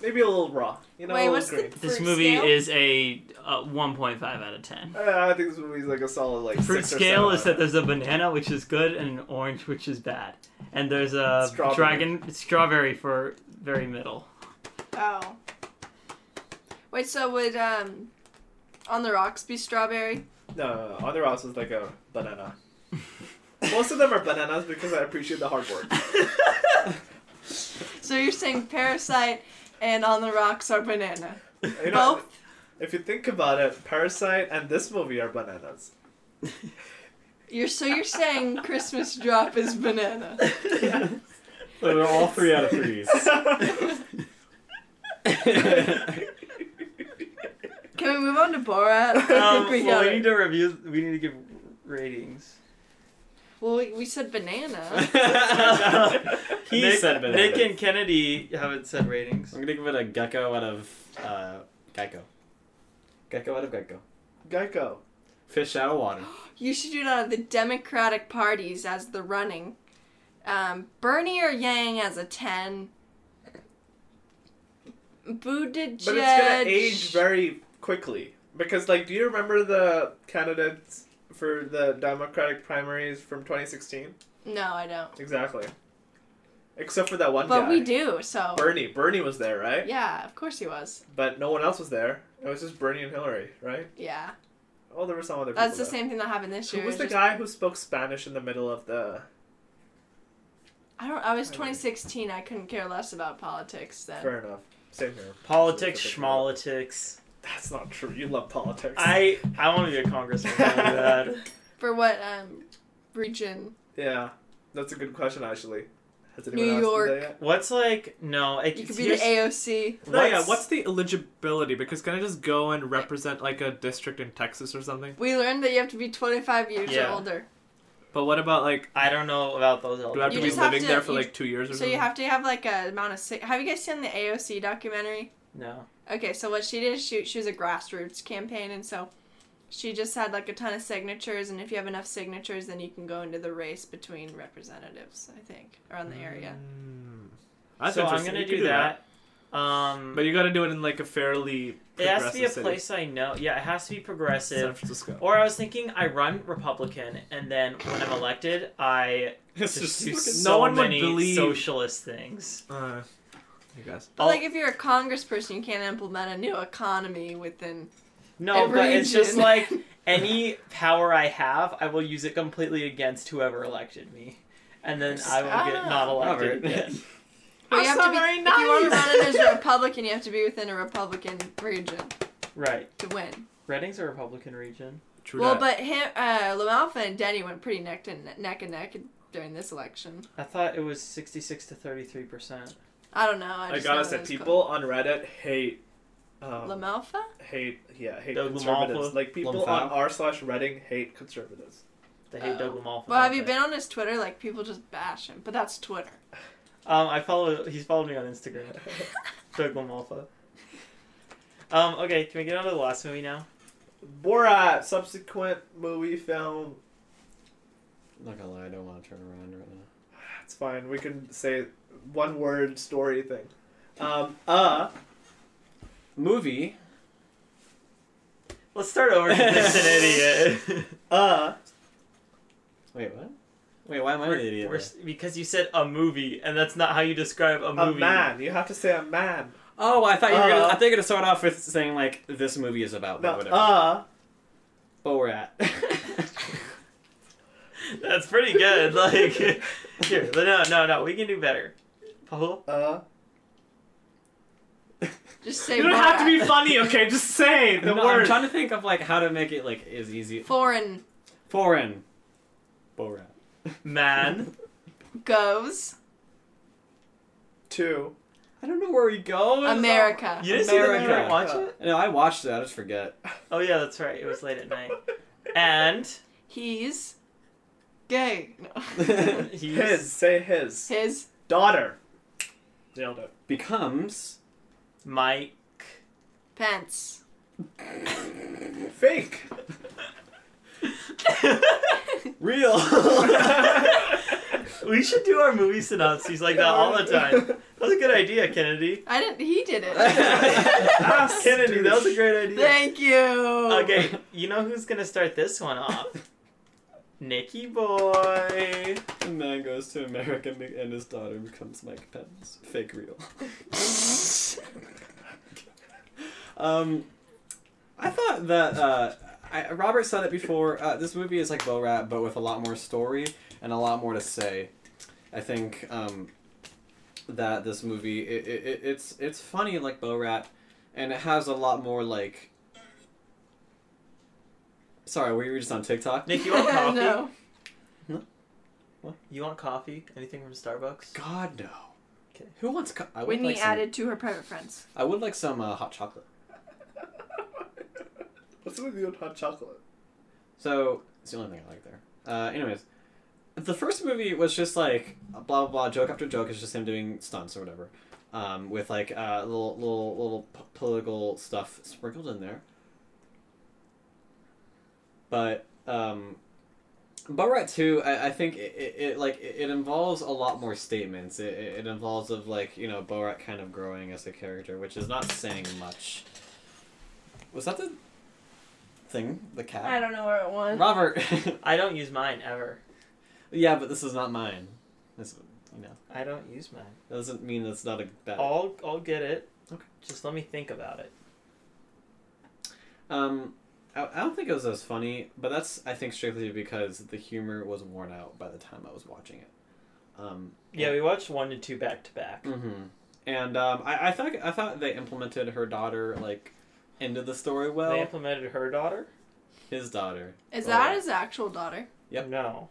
Maybe a little raw. You know,
Wait,
a little
what's the-
green.
This
Fruit
movie
scale?
is a uh, 1.5 out of 10.
Uh, I think this movie's like a solid like
Fruit
six or
scale
seven.
is that there's a banana which is good and an orange which is bad, and there's a
Strawberry.
dragon strawberry for very middle.
oh. Wait, so would um, on the rocks be strawberry?
No, no, no. Other House is like a banana. Most of them are bananas because I appreciate the hard work.
So you're saying Parasite and On the Rocks are banana.
You know,
Both?
if you think about it, Parasite and this movie are bananas.
You're so you're saying Christmas Drop is banana.
So they're all three out of threes.
Um,
Can we move on to Borat? I think
Um,
we
well,
got
we
it.
need to review. We need to give ratings.
well, we, we said banana.
he
Nick,
said bananas.
Nick and Kennedy haven't said ratings.
I'm gonna give it a gecko out of uh, gecko. Gecko out of gecko.
Geico.
Fish out of water.
You should do it out of the Democratic parties as the running. Um, Bernie or Yang as a ten. Buttigieg.
But it's gonna age very quickly because, like, do you remember the candidates for the Democratic primaries from 2016?
No, I don't.
Exactly. Except for that one
But
guy.
we do. So
Bernie. Bernie was there, right?
yeah, of course he was.
But no one else was there. It was just Bernie and Hillary, right?
Yeah,
Oh, there were some other
that's the
people. there.
same thing that happened this year.
Who was
It
the
just-
guy who spoke Spanish in the middle of the
I don't. I was 2016. I couldn't care less about politics then.
Fair enough. Same here.
Politics,
That's
schmolitics.
That's not true. You love politics.
I I want to be a congressman. really bad.
For what um, region?
Yeah, that's a good question actually. Has
New
anyone asked you
York.
that yet?
What's like no? It,
You could be the AOC.
No, yeah. What's the eligibility? Because can I just go and represent like a district in Texas or something?
We learned that you have to be 25 years
Yeah.
or older.
But what about like
I don't know about those.
do I have
You
to be
just have
living
to-
there for
you-
like two years or
So
something?
you have to have like a amount of. si- Have you guys seen the AOC documentary?
No.
Okay, so what she did, is she she was a grassroots campaign, and so she just had like a ton of signatures, and if you have enough signatures, then you can go into the race between representatives, I think, around the area.
Mm. That's
so I'm
interesting.
gonna
You
do,
could
that. Um,
But you got to do it in like a fairly.
it has to be a
progressive city.
place I know. Yeah, it has to be
San
progressive.
Francisco.
Or I was thinking I run Republican, and then when I'm elected, I just, do so
no one
many
would believe.
socialist things.
Uh, I guess.
But
I'll-
like, if you're a congressperson, you can't implement a new economy within.
No,
Every
but it's just
region.
like any power I have, I will use it completely against whoever elected me. And then I will get
Ah.
not elected
Robert.
again.
But
I'm
you have
so
to be, If
very
you want to
nice.
run it as a Republican, you have to be within a Republican region
Right.
to win.
Redding's a Republican region.
True
well,
that.
but him, uh, LaMalfa and Denny went pretty neck to neck and neck during this election.
I thought it was 66 to 33%.
I don't know. I,
I
just
gotta
know
say,
those co-
people on Reddit hate. Um,
LaMalfa?
hate yeah hate
The
conservatives
Lamalfa.
like people
Lamfao.
on r slash redding hate conservatives
They hate
Oh.
Doug Lamalfa.
Well, have
don't
you
they?
been on his Twitter? Like people just bash him, but that's Twitter.
Um, I follow. He's followed me on Instagram. Doug Lamalfa. Um, okay, can we get on to the last movie now?
borat subsequent movie film
I'm not gonna lie, I don't want to turn around right now.
that's fine we can say one word story thing um uh
Movie.
Let's start over. 'cause Nick's an idiot.
uh
Wait, what? Wait, why am I
We're-
the idiot?
we're s- because you said a movie, and that's not how you describe a
a
movie.
man you have to say a man
Oh, I thought you were gonna.
Uh.
I thought you were gonna start off with saying like this movie is about
no,
Oh, whatever.
uh
but we're at.
That's pretty good. Like, here, no, no, no, we can do better. Paul,
uh
Just say
you don't have to be
Borat.
funny okay just say the
No, I'm
word
trying to think of like how to make it like as easy.
foreign
Foreign. Borat.
man,
goes
two
I don't know where we go.
America.
you didn't see that movie or
America.
watch it?
No, I watched it. I just forget.
Oh yeah, that's right. It was late at night, and
He's gay. No.
His.
he's
his say his
His
daughter nailed it
Becomes.
Mike.
pants.
fake
Real.
we should do our movie synopses like that all the time. That was a good idea, Kennedy.
I didn't. He did it.
Ass
Kennedy, that was a great idea.
Thank you.
Ah, Okay, you know who's gonna start this one off? Nicky boy.
the man goes to America and his daughter becomes Mike Pence. Fake real. Um, I thought that uh, I, Robert said it before. Uh, this movie is like Bo Rat, but with a lot more story and a lot more to say. I think um, that this movie it, it, it- it's it's funny like Bo Rat, and it has a lot more like. Sorry, were you just on TikTok?
Nick, you want coffee?
no.
You want coffee? Anything from Starbucks?
God no.
Okay.
Who wants? Co- I would
Whitney
like some,
added to her private friends.
I would like some uh, hot chocolate.
What's with you on hot chocolate?
So it's the only thing I like there. Uh, anyways, the first movie was just like blah blah blah joke after joke. It's just him doing stunts or whatever, um, with like uh, little little little p- political stuff sprinkled in there. But um, but right too, I, I think it, it, it like it, it involves a lot more statements. It, it, it involves of like you know Borat kind of growing as a character, which is not saying much. Was that the thing? The cat.
I don't know where it went.
Robert.
I don't use mine ever.
yeah, but this is not mine. This, you know,
I don't use mine.
that doesn't mean it's not a bad.
I'll I'll get it.
Okay.
Just let me think about it.
Um, I, I don't think it was as funny, but that's I think strictly because the humor was worn out by the time I was watching it. Um,
Yeah, we watched one and two back to back.
Mm-hmm. And um, I, I thought I thought they implemented her daughter like into the story
They
well.
implemented her daughter.
His daughter.
Is
Oh,
that
yeah.
his actual daughter?
Yep.
No,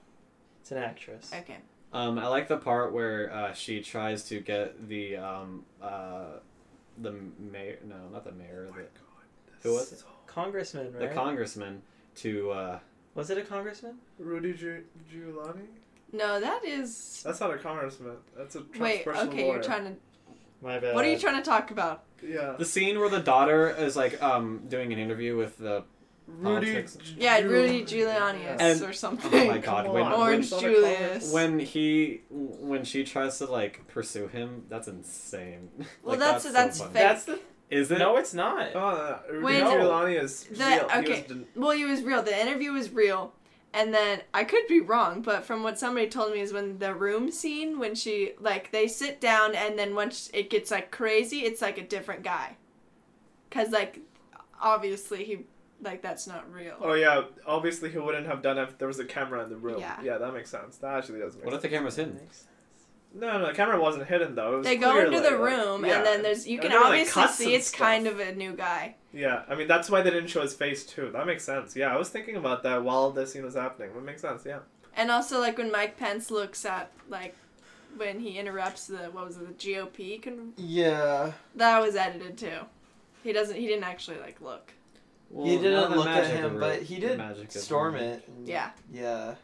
it's an actress.
Okay.
Um, I like the part where uh, she tries to get the um, uh, the mayor. No, not the mayor. The, Who was it?
Congressman,
the
right?
congressman to uh,
was it a congressman?
Rudy Gi- Giuliani?
No, that is.
That's not a congressman. That's a Trump's
Wait.
personal
Okay,
lawyer.
you're trying to.
My bad.
What are you trying to talk about?
Yeah.
the scene where the daughter is like um, doing an interview with the
Rudy.
Politics.
Gi-
Yeah, Rudy
Giuliani.
Giuliani
Yeah.
And-
or something.
oh my god
Come
when,
on.
when
Orange
Which other
Julius.
when he when she tries to like pursue him that's insane
Well,
Like,
that's- that's
so funny.
fake.
That's the.
is it
No, it's not.
Oh, no, no, Rudy
When-
Giuliani is
The-
real. He
okay.
was den-
Well, he was real. The interview was real. And then I could be wrong, but from what somebody told me is when the room scene, when she like they sit down, and then once it gets like crazy, it's like a different guy, cause like obviously he like that's not real.
Oh yeah, obviously he wouldn't have done it if there was a camera in the room.
Yeah.
that makes sense. That actually does make
what if
sense.
the camera's hidden
No, no, the camera wasn't hidden though. It was
they go into
clearly,
the
like-
room,
yeah.
and then there's you
And
can
there were, like,
obviously
cuts
see
and
it's
stuff.
kind of a new guy.
Yeah, I mean that's why they didn't show his face too. That makes sense. Yeah, I was thinking about that while the scene was happening. That makes sense. Yeah.
And also, like when Mike Pence looks at like when he interrupts the what was it the GOP con-
Yeah.
that was edited too. He doesn't. He didn't actually like look.
well,
he
now
didn't
the
look at
magic
him,
of-
but he
the
did
magic of-
storm it.
Mm.
and-
Yeah.
Yeah.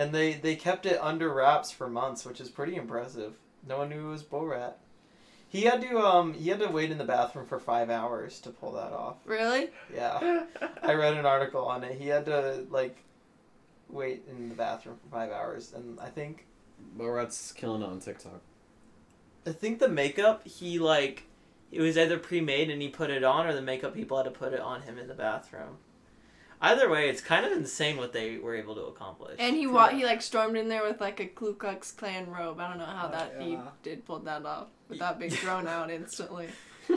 And they, they kept it under wraps for months, which is pretty impressive. No one knew it was Borat. He had to um he had to wait in the bathroom for five hours to pull that off.
Really?
Yeah. I read an article on it. He had to like wait in the bathroom for five hours and I think
Borat's killing it on TikTok
I think the makeup he like, it was either pre-made and he put it on, or the makeup people had to put it on him in the bathroom. Either way, it's kind of insane what they were able to accomplish.
And he wa- he like stormed in there with like a Ku Klux Klan robe. I don't know how
Oh,
that he
yeah.
did pulled that off without being thrown out instantly.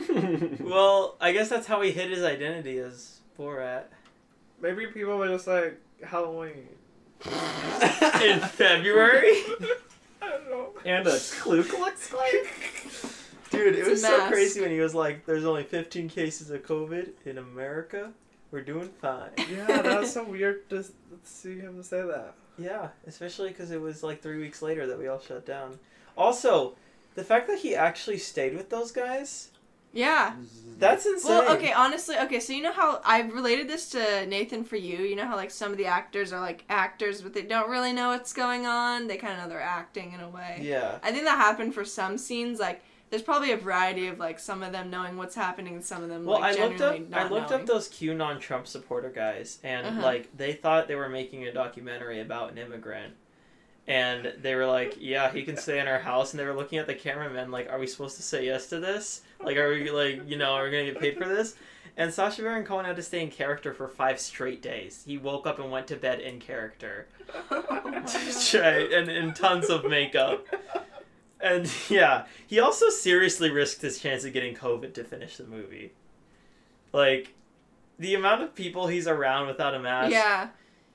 well, I guess that's how he hid his identity as Borat
Maybe people were just like Halloween.
in February.
I don't know.
and a Ku Klux Klan
Dude, it
It's a
was so
mask.
crazy when he was like, "There's only 15 cases of COVID in America. We're doing fine."
Yeah, that was so weird to s- see him say that.
Yeah, especially because it was like three weeks later that we all shut down. Also, the fact that he actually stayed with those guys,
Yeah.
that's insane.
Well, okay, honestly, okay, so you know how I've related this to Nathan for you. You know how like some of the actors are like actors, but they don't really know what's going on. They kind of know they're acting in a way.
Yeah.
I think that happened for some scenes. Like, there's probably a variety of like some of them knowing what's happening and some of them
Well,
like
I looked up.
genuinely
I
not
looked
knowing.
up those QAnon Trump supporter guys, and
Uh-huh.
like they thought they were making a documentary about an immigrant, and they were like, "Yeah, he can stay in our house," and they were looking at the cameraman like, "Are we supposed to say yes to this? Like, are we like you know are we gonna get paid for this?" And Sasha Baron Cohen had to stay in character for five straight days. He woke up and went to bed in character, right, and in tons of makeup. And yeah, he also seriously risked his chance of getting COVID to finish the movie. Like, the amount of people he's around without a mask.
Yeah.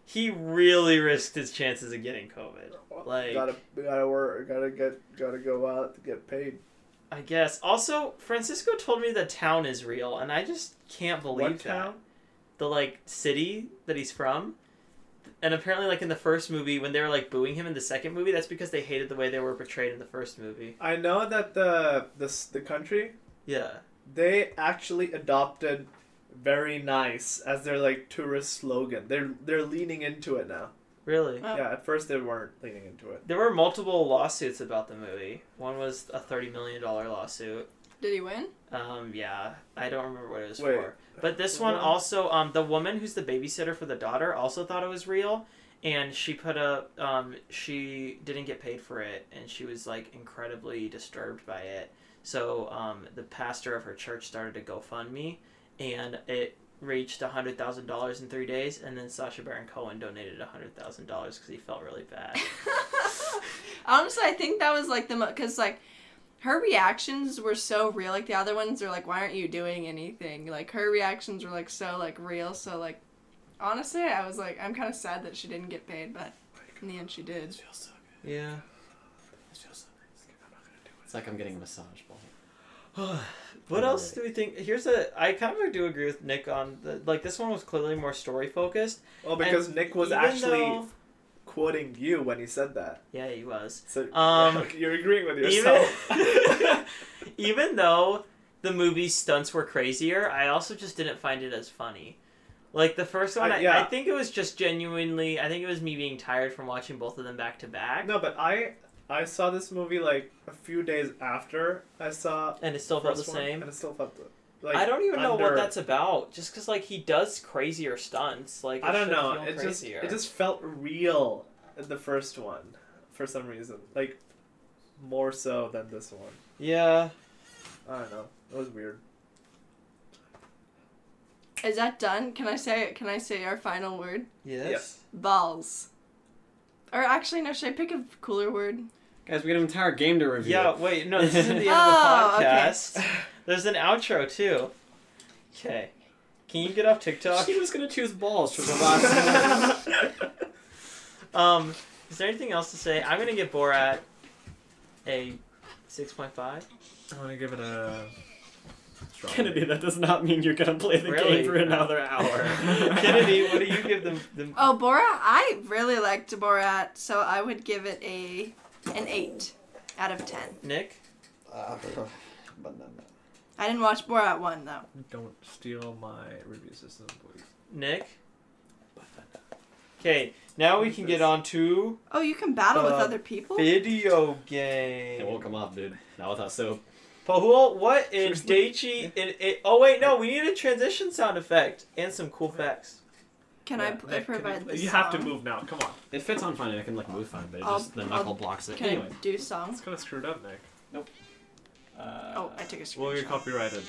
he really risked his chances of getting COVID. Like,
gotta gotta work. Gotta get gotta go out to get paid.
I guess. Also, Francisco told me the town is real, and I just can't believe
What town?
that. The like city that he's from, and apparently, like in the first movie, when they were like booing him in the second movie, that's because they hated the way they were portrayed in the first movie.
I know that the this the country
Yeah.
they actually adopted very nice as their like tourist slogan. They're they're leaning into it now.
Really?
Yeah, at first they weren't leaning into it.
There were multiple lawsuits about the movie. One was a thirty million dollar lawsuit.
Did he win?
Um, yeah, I don't remember what it was
Wait.
for. But this one
What?
also, um, the woman who's the babysitter for the daughter also thought it was real, and she put a, um, she didn't get paid for it, and she was like incredibly disturbed by it. So um, the pastor of her church started a GoFundMe, and it reached a hundred thousand dollars in three days, and then Sasha Baron Cohen donated a hundred thousand dollars because he felt really bad.
Honestly, I think that was like the because like her reactions were so real. Like the other ones are like, why aren't you doing anything? Like her reactions were like so like real. So like honestly, I was like, I'm kind of sad that she didn't get paid, but in the end, she did.
yeah.
It's like I'm getting a massage ball.
what else do we think? Here's a. I kind of do agree with Nick on the like. This one was clearly more story focused.
Well, because
And
Nick was
even
actually
though-
quoting you when he said that.
yeah, he was.
So
Um,
you're agreeing with
Even,
yourself.
even though the movie's stunts were crazier, I also just didn't find it as funny. Like the first one,
Uh,
I,
yeah.
I think it was just genuinely. I think it was me being tired from watching both of them back to back,
No, but I I saw this movie like a few days after I saw
and it still felt the
first one,
same.
and it still felt the- like
I don't even know what
under-
that's about. Just because like he does crazier stunts, like
I
it
don't
should
know.
feel
It just
crazier.
it just felt real in the first one for some reason. Like more so than this one.
yeah.
I don't know. It was weird.
Is that done? Can I say? Can I say our final word?
Yes.
Balls. Or actually, no. Should I pick a cooler word?
Guys, we got an entire game to review.
Yeah, wait, no, this isn't the end
Oh,
of the
okay.
podcast. There's an outro too. Okay. Can you get off TikTok?
She was gonna choose balls for the last.
Um, is there anything else to say? I'm gonna give Borat a six point five.
I want to give it a. Strong
Kennedy,
that does not mean you're gonna play
the Really? game for another
hour.
Kennedy, what do you give them? them
Oh, Borat. I really liked Borat, so I would give it a an eight out of ten.
Nick?
Uh, banana.
I didn't watch Borat one though.
Don't steal my review system, please.
Nick? Okay, now we can get on to
Oh, you can battle with
Uh,
other people.
video game.
It won't come off, dude. Not without soap.
Pahul, what in Daichi? In, it, oh wait, no, we need a transition sound effect and some cool facts.
Can I, pl- provide the
You have to
song?
move now. Come on.
It fits on fine, and I can like move fine, but it
I'll-
just the
I'll-
knuckle blocks it.
Can
Anyway,
I do song?
It's kind of screwed up, Nick.
Uh,
Oh, I took a screenshot.
Well, you're copyrighted.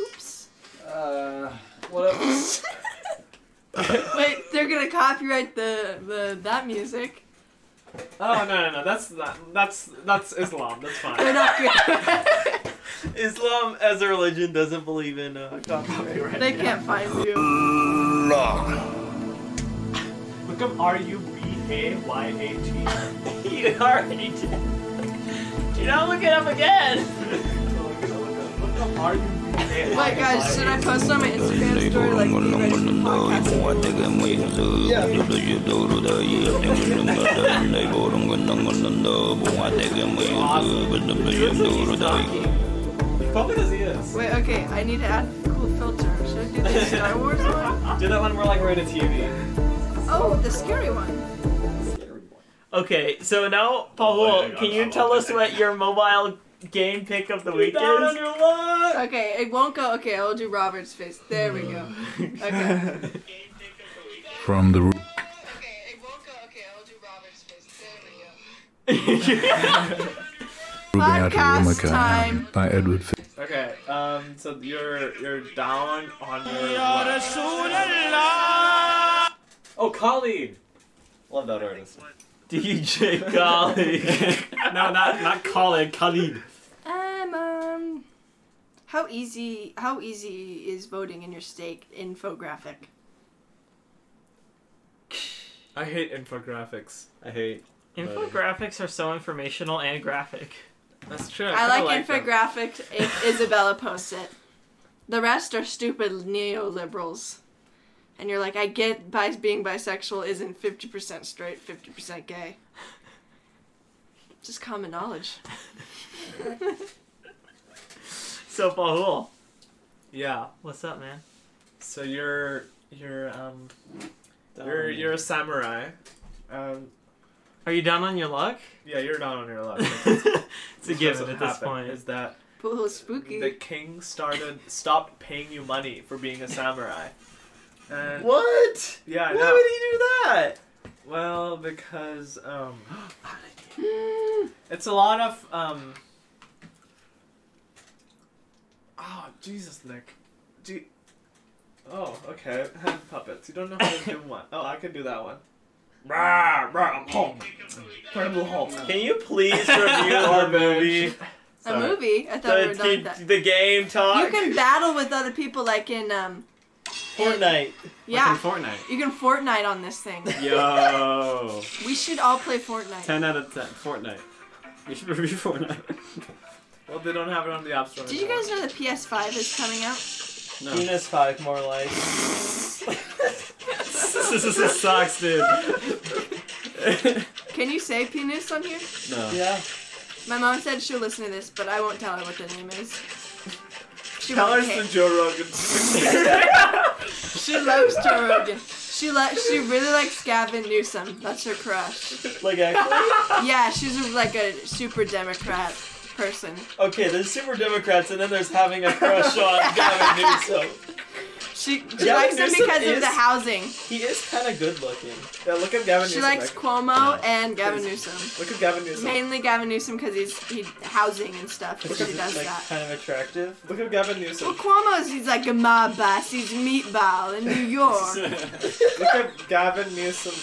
Oops.
Uh, what else?
Wait, they're gonna copyright the, the that music.
Oh no no no! That's not, that's that's Islam. That's
They're
fine.
not gonna,
Islam as a religion doesn't believe in uh, copyright.
They can't find you.
Look up R U B A Y A T.
you already did. Do not look it up again.
Wait, guys, should I post on my Instagram story like be ready for podcast?
Probably does he is.
Wait, okay, I need to add a cool filter. Should I do the Star Wars one?
do that one more like we're at a TV.
Oh, the scary one.
Okay, so now
Oh,
Pahul, can you tell us what your mobile game pick of the week is?
Okay, it won't go. Okay, I'll do Robert's face. There we go. Okay.
From the room.
Podcast time.
by Edward Fi-
Okay, um so you're you're down on your left.
oh, Colleen.
Love that artist.
DJ Khaled.
No, not not Khalid. Khalid.
Um, um, how easy? How easy is voting in your state infographic?
I hate infographics.
I hate.
Infographics are so informational and graphic.
That's true.
I like, infographics if Isabella posts it. The rest are stupid neoliberals. And you're like, I get bi- being bisexual isn't 50% straight, 50% gay. Just common knowledge.
So Pahul,
Yeah.
what's up, man?
So you're you're um you're
Dominant.
you're a samurai. Um,
Are you down on your luck?
yeah, you're down on your luck.
it's a
That's
given
what
at this
happened,
point.
Is that
Pahul spooky.
the king started stopped paying you money for being a samurai? And
What?
Yeah, I
Why
know.
would he do that?
Well, because um, it's a lot of um. Oh Jesus, Nick, do. You... Oh, okay. Hand puppets. You don't know how to do one. Oh, I can do that one. Rah, rah, I'm home. Incredible home.
Can you please review our movie?
A movie? I thought we were
The,
done with that.
the, the game talk.
You can battle with other people like in, um,
Fortnite.
yeah.
Fortnite.
You can Fortnite on this thing.
Yo.
We should all play Fortnite.
ten out of ten. Fortnite. We should review Fortnite.
Well, they don't have it on the App Store.
Did you guys know the PS5 is coming out?
No.
Penis five more like.
this sucks, dude.
Can you say penis on here?
No.
Yeah.
My mom said she'll listen to this, but I won't tell her what the name is. She
Tell
won't
us
care.
the Joe Rogan.
She loves Joe Rogan. She lo- she really likes Gavin Newsom. That's her crush.
Like actually.
Yeah, she's a, like a super Democrat person.
Okay, there's super Democrats, and then there's having a crush on Gavin Newsom.
She, she
Gavin
likes him
Newsom
because of
is-
the housing.
He is kind of good looking.
yeah, look at Gavin
She
Newsom.
likes
like,
Cuomo and Gavin Newsom.
look at Gavin Newsom.
Mainly Gavin Newsom because he's he housing and stuff. She
Which
does
is like
that.
kind of attractive.
Look at Gavin
Well,
Newsom.
Cuomo's he's like a mob boss. He's meatball in New York.
look at Gavin Newsom.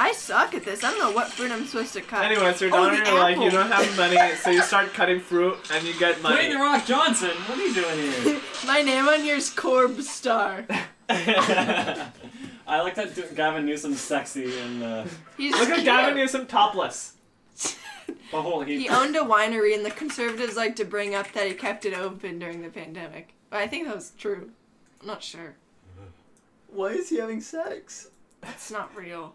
I suck at this. I don't know what fruit I'm supposed to cut.
Anyway, so you're
oh,
down
the
here like you
apple.
don't have money, so you start cutting fruit and you get money.
Dwayne The Rock Johnson, what are you doing here?
My name on here is Corb Star.
I like that Du- Gavin Newsom's sexy and uh,
He's
Look at
cute.
Gavin Newsom topless.
but hold, he,
He owned a winery, and the conservatives like to bring up that he kept it open during the pandemic. But I think that was true. I'm not sure.
Why is he having sex?
That's not real.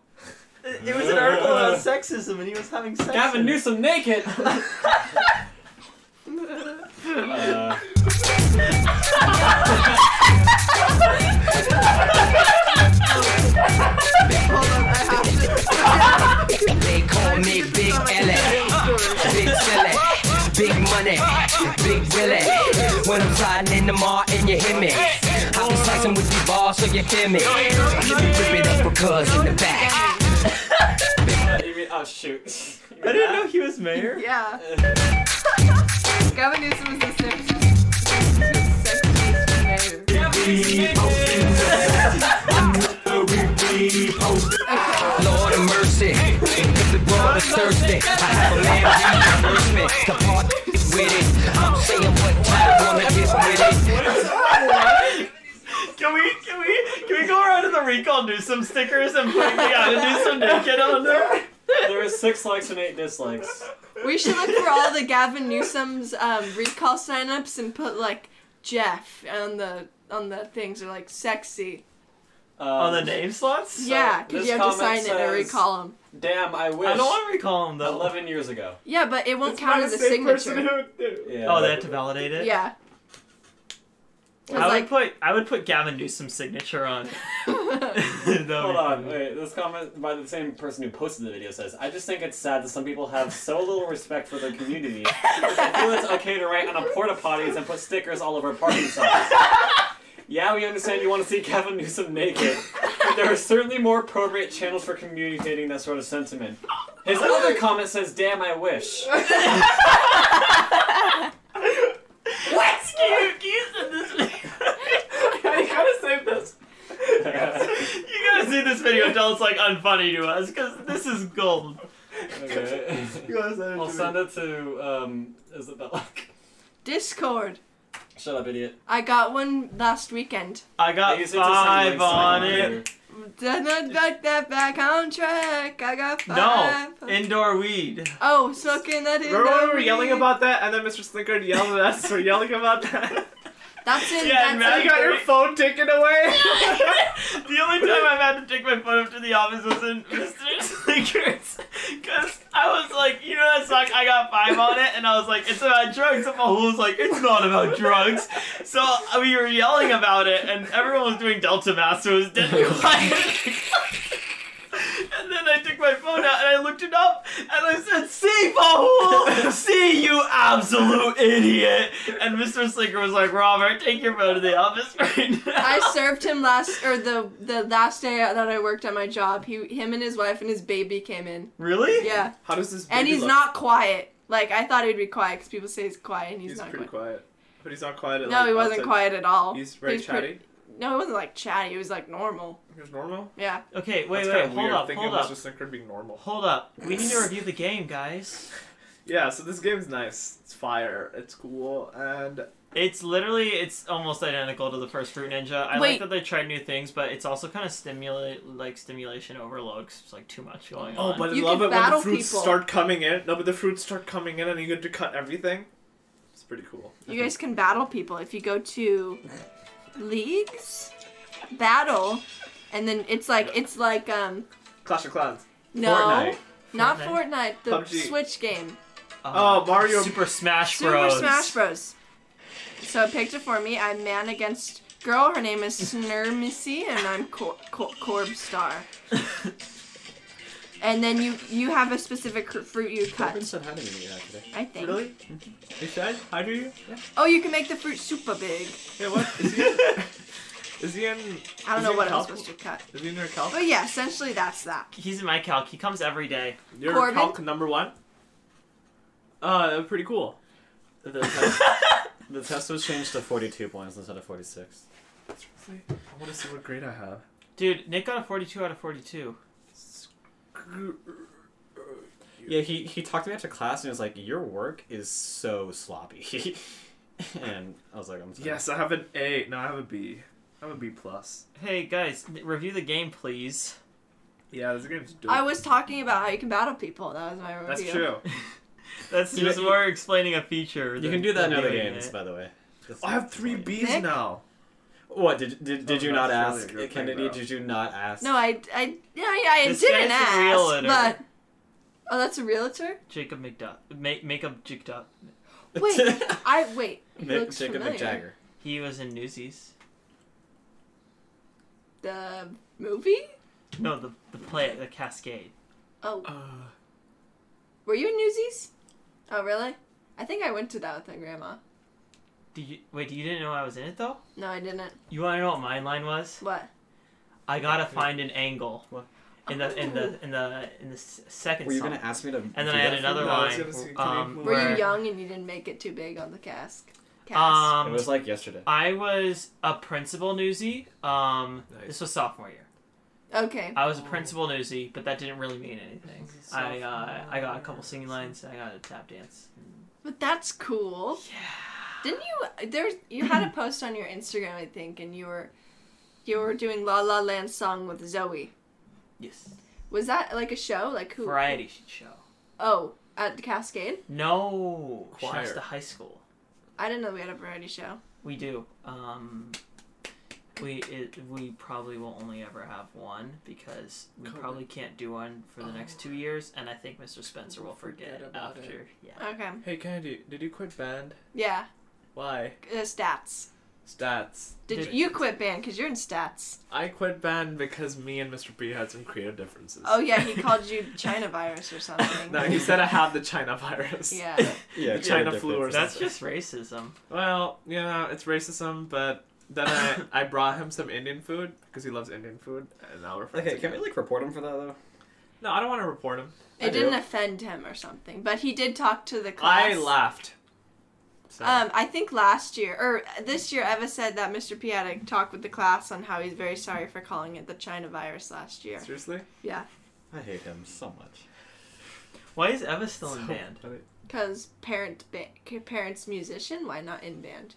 It it was an article about sexism, and he was having sex.
Gavin
in it.
Newsom naked. Uh,
They call me Big L.A. Big Silly, Big Money, Big Willie. When I'm riding in the mall and you hear me, I be slicing with these balls so you feel me. You be ripping up with cuz in the back.
you mean, oh shoot.
I didn't know he was mayor.
Yeah. Gavin Newsom is the sexiest mayor.
Lord of mercy, if the world is thirsty, I have a man reimburse me. The part is with it. I'm saying what time I wanna get with it.
Can we can we can we go around to the recall Newsom stickers and put Gavin Newsom naked on there?
There were six likes and eight dislikes.
We should look for all the Gavin Newsom's um, recall signups and put like Jeff on the on the things or like sexy.
Um,
on the name slots?
yeah, because
this
you have to sign
comment
it and
says-
recall them.
Damn, I wish.
I don't want to recall him though.
Eleven years ago.
Yeah, but it won't
It's
count
not
as a
the same person
signature.
who would do-
Yeah.
Oh, they have to validate it.
Yeah. 'Cause,
I
like,
would put I would put Gavin Newsom's signature on.
Hold on, wait. This comment by the same person who posted the video says, "I just think it's sad that some people have so little respect for their community. I feel it's okay to write on a porta potties and put stickers all over parking signs. Yeah, we understand you want to see Gavin Newsom naked, but there are certainly more appropriate channels for communicating that sort of sentiment." His other comment says, "Damn, I wish."
What? Can you, can you send this video? you gotta save this. You gotta see this video until it's like unfunny to us, because this is gold.
okay.
You guys,
I'll send it to um, Isabella.
Discord.
Shut up, idiot.
I got one last weekend.
I got
Use it to send
five
links to
on
my
it.
computer.
Did not back that back on track. I got
No,
five.
indoor weed.
Oh, smoking that in
Remember when we
the
were yelling
weed.
about that, and then Mr. Slinkard yelled at us for yelling about that?
That's in.
Yeah, and
that's
Matt
in-
got your phone taken away.
the only time I've had to take my phone up to the office was in Mr. Slinkers. Because I was like, you know that song, I got five on it? And I was like, it's about drugs. And my was like, it's not about drugs. So we were yelling about it, and everyone was doing Delta Mass, so it was dead quiet. And then I took my phone out and I looked it up and I said, See, Bahul! See, you absolute idiot! And Mr. Slinker was like, Robert, take your phone to the office right now.
I served him last, or the the last day that I worked at my job. He, him, and his wife and his baby came in.
Really?
Yeah.
How does this?
And
baby
he's
look?
not quiet. Like I thought he'd be quiet because people say he's quiet, and he's,
He's
not
pretty
quiet.
quiet, but he's not quiet. At
No,
like,
he wasn't
outside.
quiet at all.
He's very
He's
chatty.
pretty- No, he wasn't like chatty. He was like normal.
He was normal.
Yeah.
Okay, wait,
That's
wait,
kinda
hold
weird,
up,
thinking
hold up.
Mr. Slinkard being normal.
Hold up. We need to review the game, guys.
Yeah, so this game's nice. It's fire. It's cool, and
It's literally it's almost identical to the first Fruit Ninja. I like
Wait.
that they tried new things, but it's also kind of stimulate like stimulation overload 'cause there's like too much going
Oh,
on.
but I
You
love
can
it when the
battle
fruits
people.
start coming in. No, but the fruits start coming in, and you get to cut everything. It's pretty cool.
You guys can battle people if you go to leagues, battle, and then it's like it's like um
Clash of Clans.
no,
Fortnite.
not
Fortnite.
Fortnite, the
PUBG.
Switch game,
Oh, Mario-
Um, Super Smash
Super
Bros.
Smash Bros. So I picked it for me. I'm man against girl. Her name is Snurmissy, and I'm Cor- Cor- Corb Star. and then you you have a specific cr- fruit you
Corbin
cut.
said hi to me the other day.
I think.
Really? He said hi to you.
Oh, you can make the fruit super big.
Yeah, what? Is he, is he in?
I
is
don't know
he in
what I'm
calc?
supposed to cut.
Is he in your calc?
But yeah, essentially that's that.
He's in my calc. He comes every day.
Your
Corbin?
calc number one. Uh, pretty cool.
The test, the test was changed to 42 points instead of 46.
I want to see what grade I have.
Dude, Nick got a 42 out of 42.
Yeah, he, he talked me after class and he was like, Your work is so sloppy. and I was like, I'm sorry.
Yes, I have an A. No, I have a B. I have a B plus.
Hey guys, n- review the game, please.
Yeah, this game's dope.
I was talking about how you can battle people. That was my review.
That's true.
That's
You know,
just
you-
more explaining a feature.
You
than
can do that in other
reviewing
games,
it.
by the way.
I have three B's
Nick?
now.
What did did, did
Oh,
you
that's
not
really a
ask
good thing,
Kennedy?
bro.
Did you not ask?
No, I, I, yeah, yeah, I
This
didn't
guy's a realtor.
ask, but oh, that's a realtor.
Jacob McDuck, make Jacob Jigduck.
Wait, I wait. He
Nick-
looks
Jacob
familiar.
McJagger.
He was in Newsies.
The movie?
No, the the play, the Cascade.
Oh,
Uh,
were you in Newsies? Oh, really? I think I went to that with my grandma.
Did you wait? You didn't know I was in it though.
No, I didn't.
You want to know what my line was?
What?
I gotta find an angle. In the in the in the in the s- second
Were you
song.
gonna ask me to?
and
do
then I had
that?
another
No, I was
line.
gonna say, can
um,
you-
Were
where,
you young and you didn't make it too big on the cask? Cast.
Um,
It was like yesterday.
I was a principal newsie. Um,
Nice. Oh.
this was sophomore year.
okay.
I was a principal newsie, but that didn't really mean anything.
This is
I uh,
sophomore
I got a couple singing lines. and I got a tap dance.
But that's cool. Yeah. Didn't you there's you had a post on your Instagram I think and you were you were doing La La Land song with Zoe.
Yes.
Was that like a show? Like who?
Variety show.
Oh, at Cascade?
No. Shouts
Choir.
to high school.
I didn't know we had a variety show.
We do. Um, we it, we probably will only ever have one because we
Covid.
probably can't do one for the next two years, and I think Mr. Spencer will forget,
Oh. Forget about
after. Yeah.
Okay.
Hey Kennedy, did you quit band?
Yeah.
Why?
Uh, stats.
Stats.
Did,
Did-
you, you quit band because you're in stats?
I quit band because me and Mr. B had some creative differences.
Oh yeah, he called you China virus or something.
No, he said I had the China virus.
yeah.
yeah,
the China flu or
That's
something.
just racism.
Well, you know, it's racism, but then I, I brought him some Indian food because he loves Indian food, and now we're friends.
Okay, can we
again.
like report him for that though?
No, I don't want to report him.
It
I do.
didn't offend him or something, but he did talk to the class.
I laughed. So,
Um, I think last year or this year, Eva said that Mr. P had a talk with the class on how he's very sorry for calling it the China virus last year.
seriously?
Yeah,
I hate him so much.
Why is Eva still in
So
band?
funny.
because parent ba- parents musician, why not in band?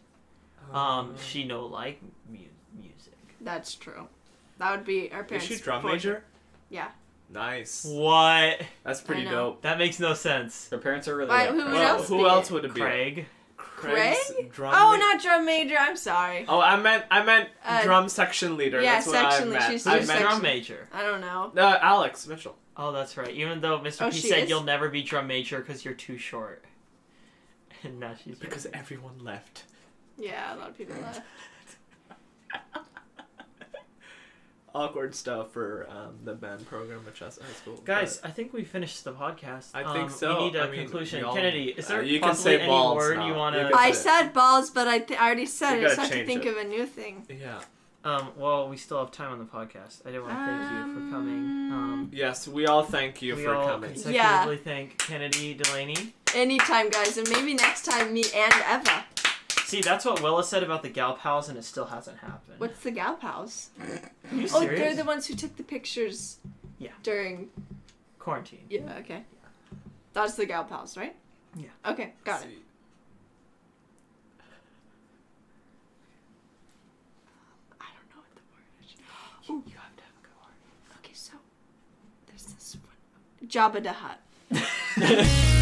Um, she no like mu- music.
That's true. That would be our
Is
parents.
she drum
fortune.
major?
Yeah.
Nice.
What?
That's pretty
I know.
dope.
That makes no sense.
Her parents are really.
Why- who would else be it?
would it be?
Craig.
Craig?
Craig's Drum
Oh,
ma-
not drum major. I'm sorry.
Oh, I meant I meant
Uh,
drum section leader.
yeah,
That's what I
section lead-
meant.
she's
I
drum
meant
section-
Drum major.
I don't know.
Uh, Alex Mitchell.
Oh, that's right. Even though Mr.
Oh,
P
she
said
is?
you'll never be drum major because you're too short. And now she's
Because everyone left.
Yeah, a lot of people left.
Awkward stuff for um, the band program at Chester High School.
Guys, I think we finished the podcast.
I think
Um,
so.
We need a
I mean,
conclusion.
we all-
Kennedy, is
uh,
there
you can
possibly
say
any
balls
word
now.
you want
You
to?
can
I
say-
said balls, but I, th- I already said
You
it. I just
gotta
have to
change
think
it.
of a new thing.
but- yeah.
Um, well, we still have time on the podcast. I do want to thank you for coming. Um,
Yes, we all thank you
we
for
all
coming.
consecutively
Yeah.
thank Kennedy, Delaney.
Anytime, guys, and maybe next time me and Eva.
See, that's what Willa said about the gal pals, and it still hasn't happened.
What's the gal pals?
Are you
Oh, they're
serious?
the ones who took the pictures.
Yeah.
During.
Quarantine.
Yeah. Okay. That's the gal pals, right?
Yeah.
Okay. Got it. I don't know what the word is. Ooh. You have to have a good word. Okay, so there's this one. Jabba the Hutt.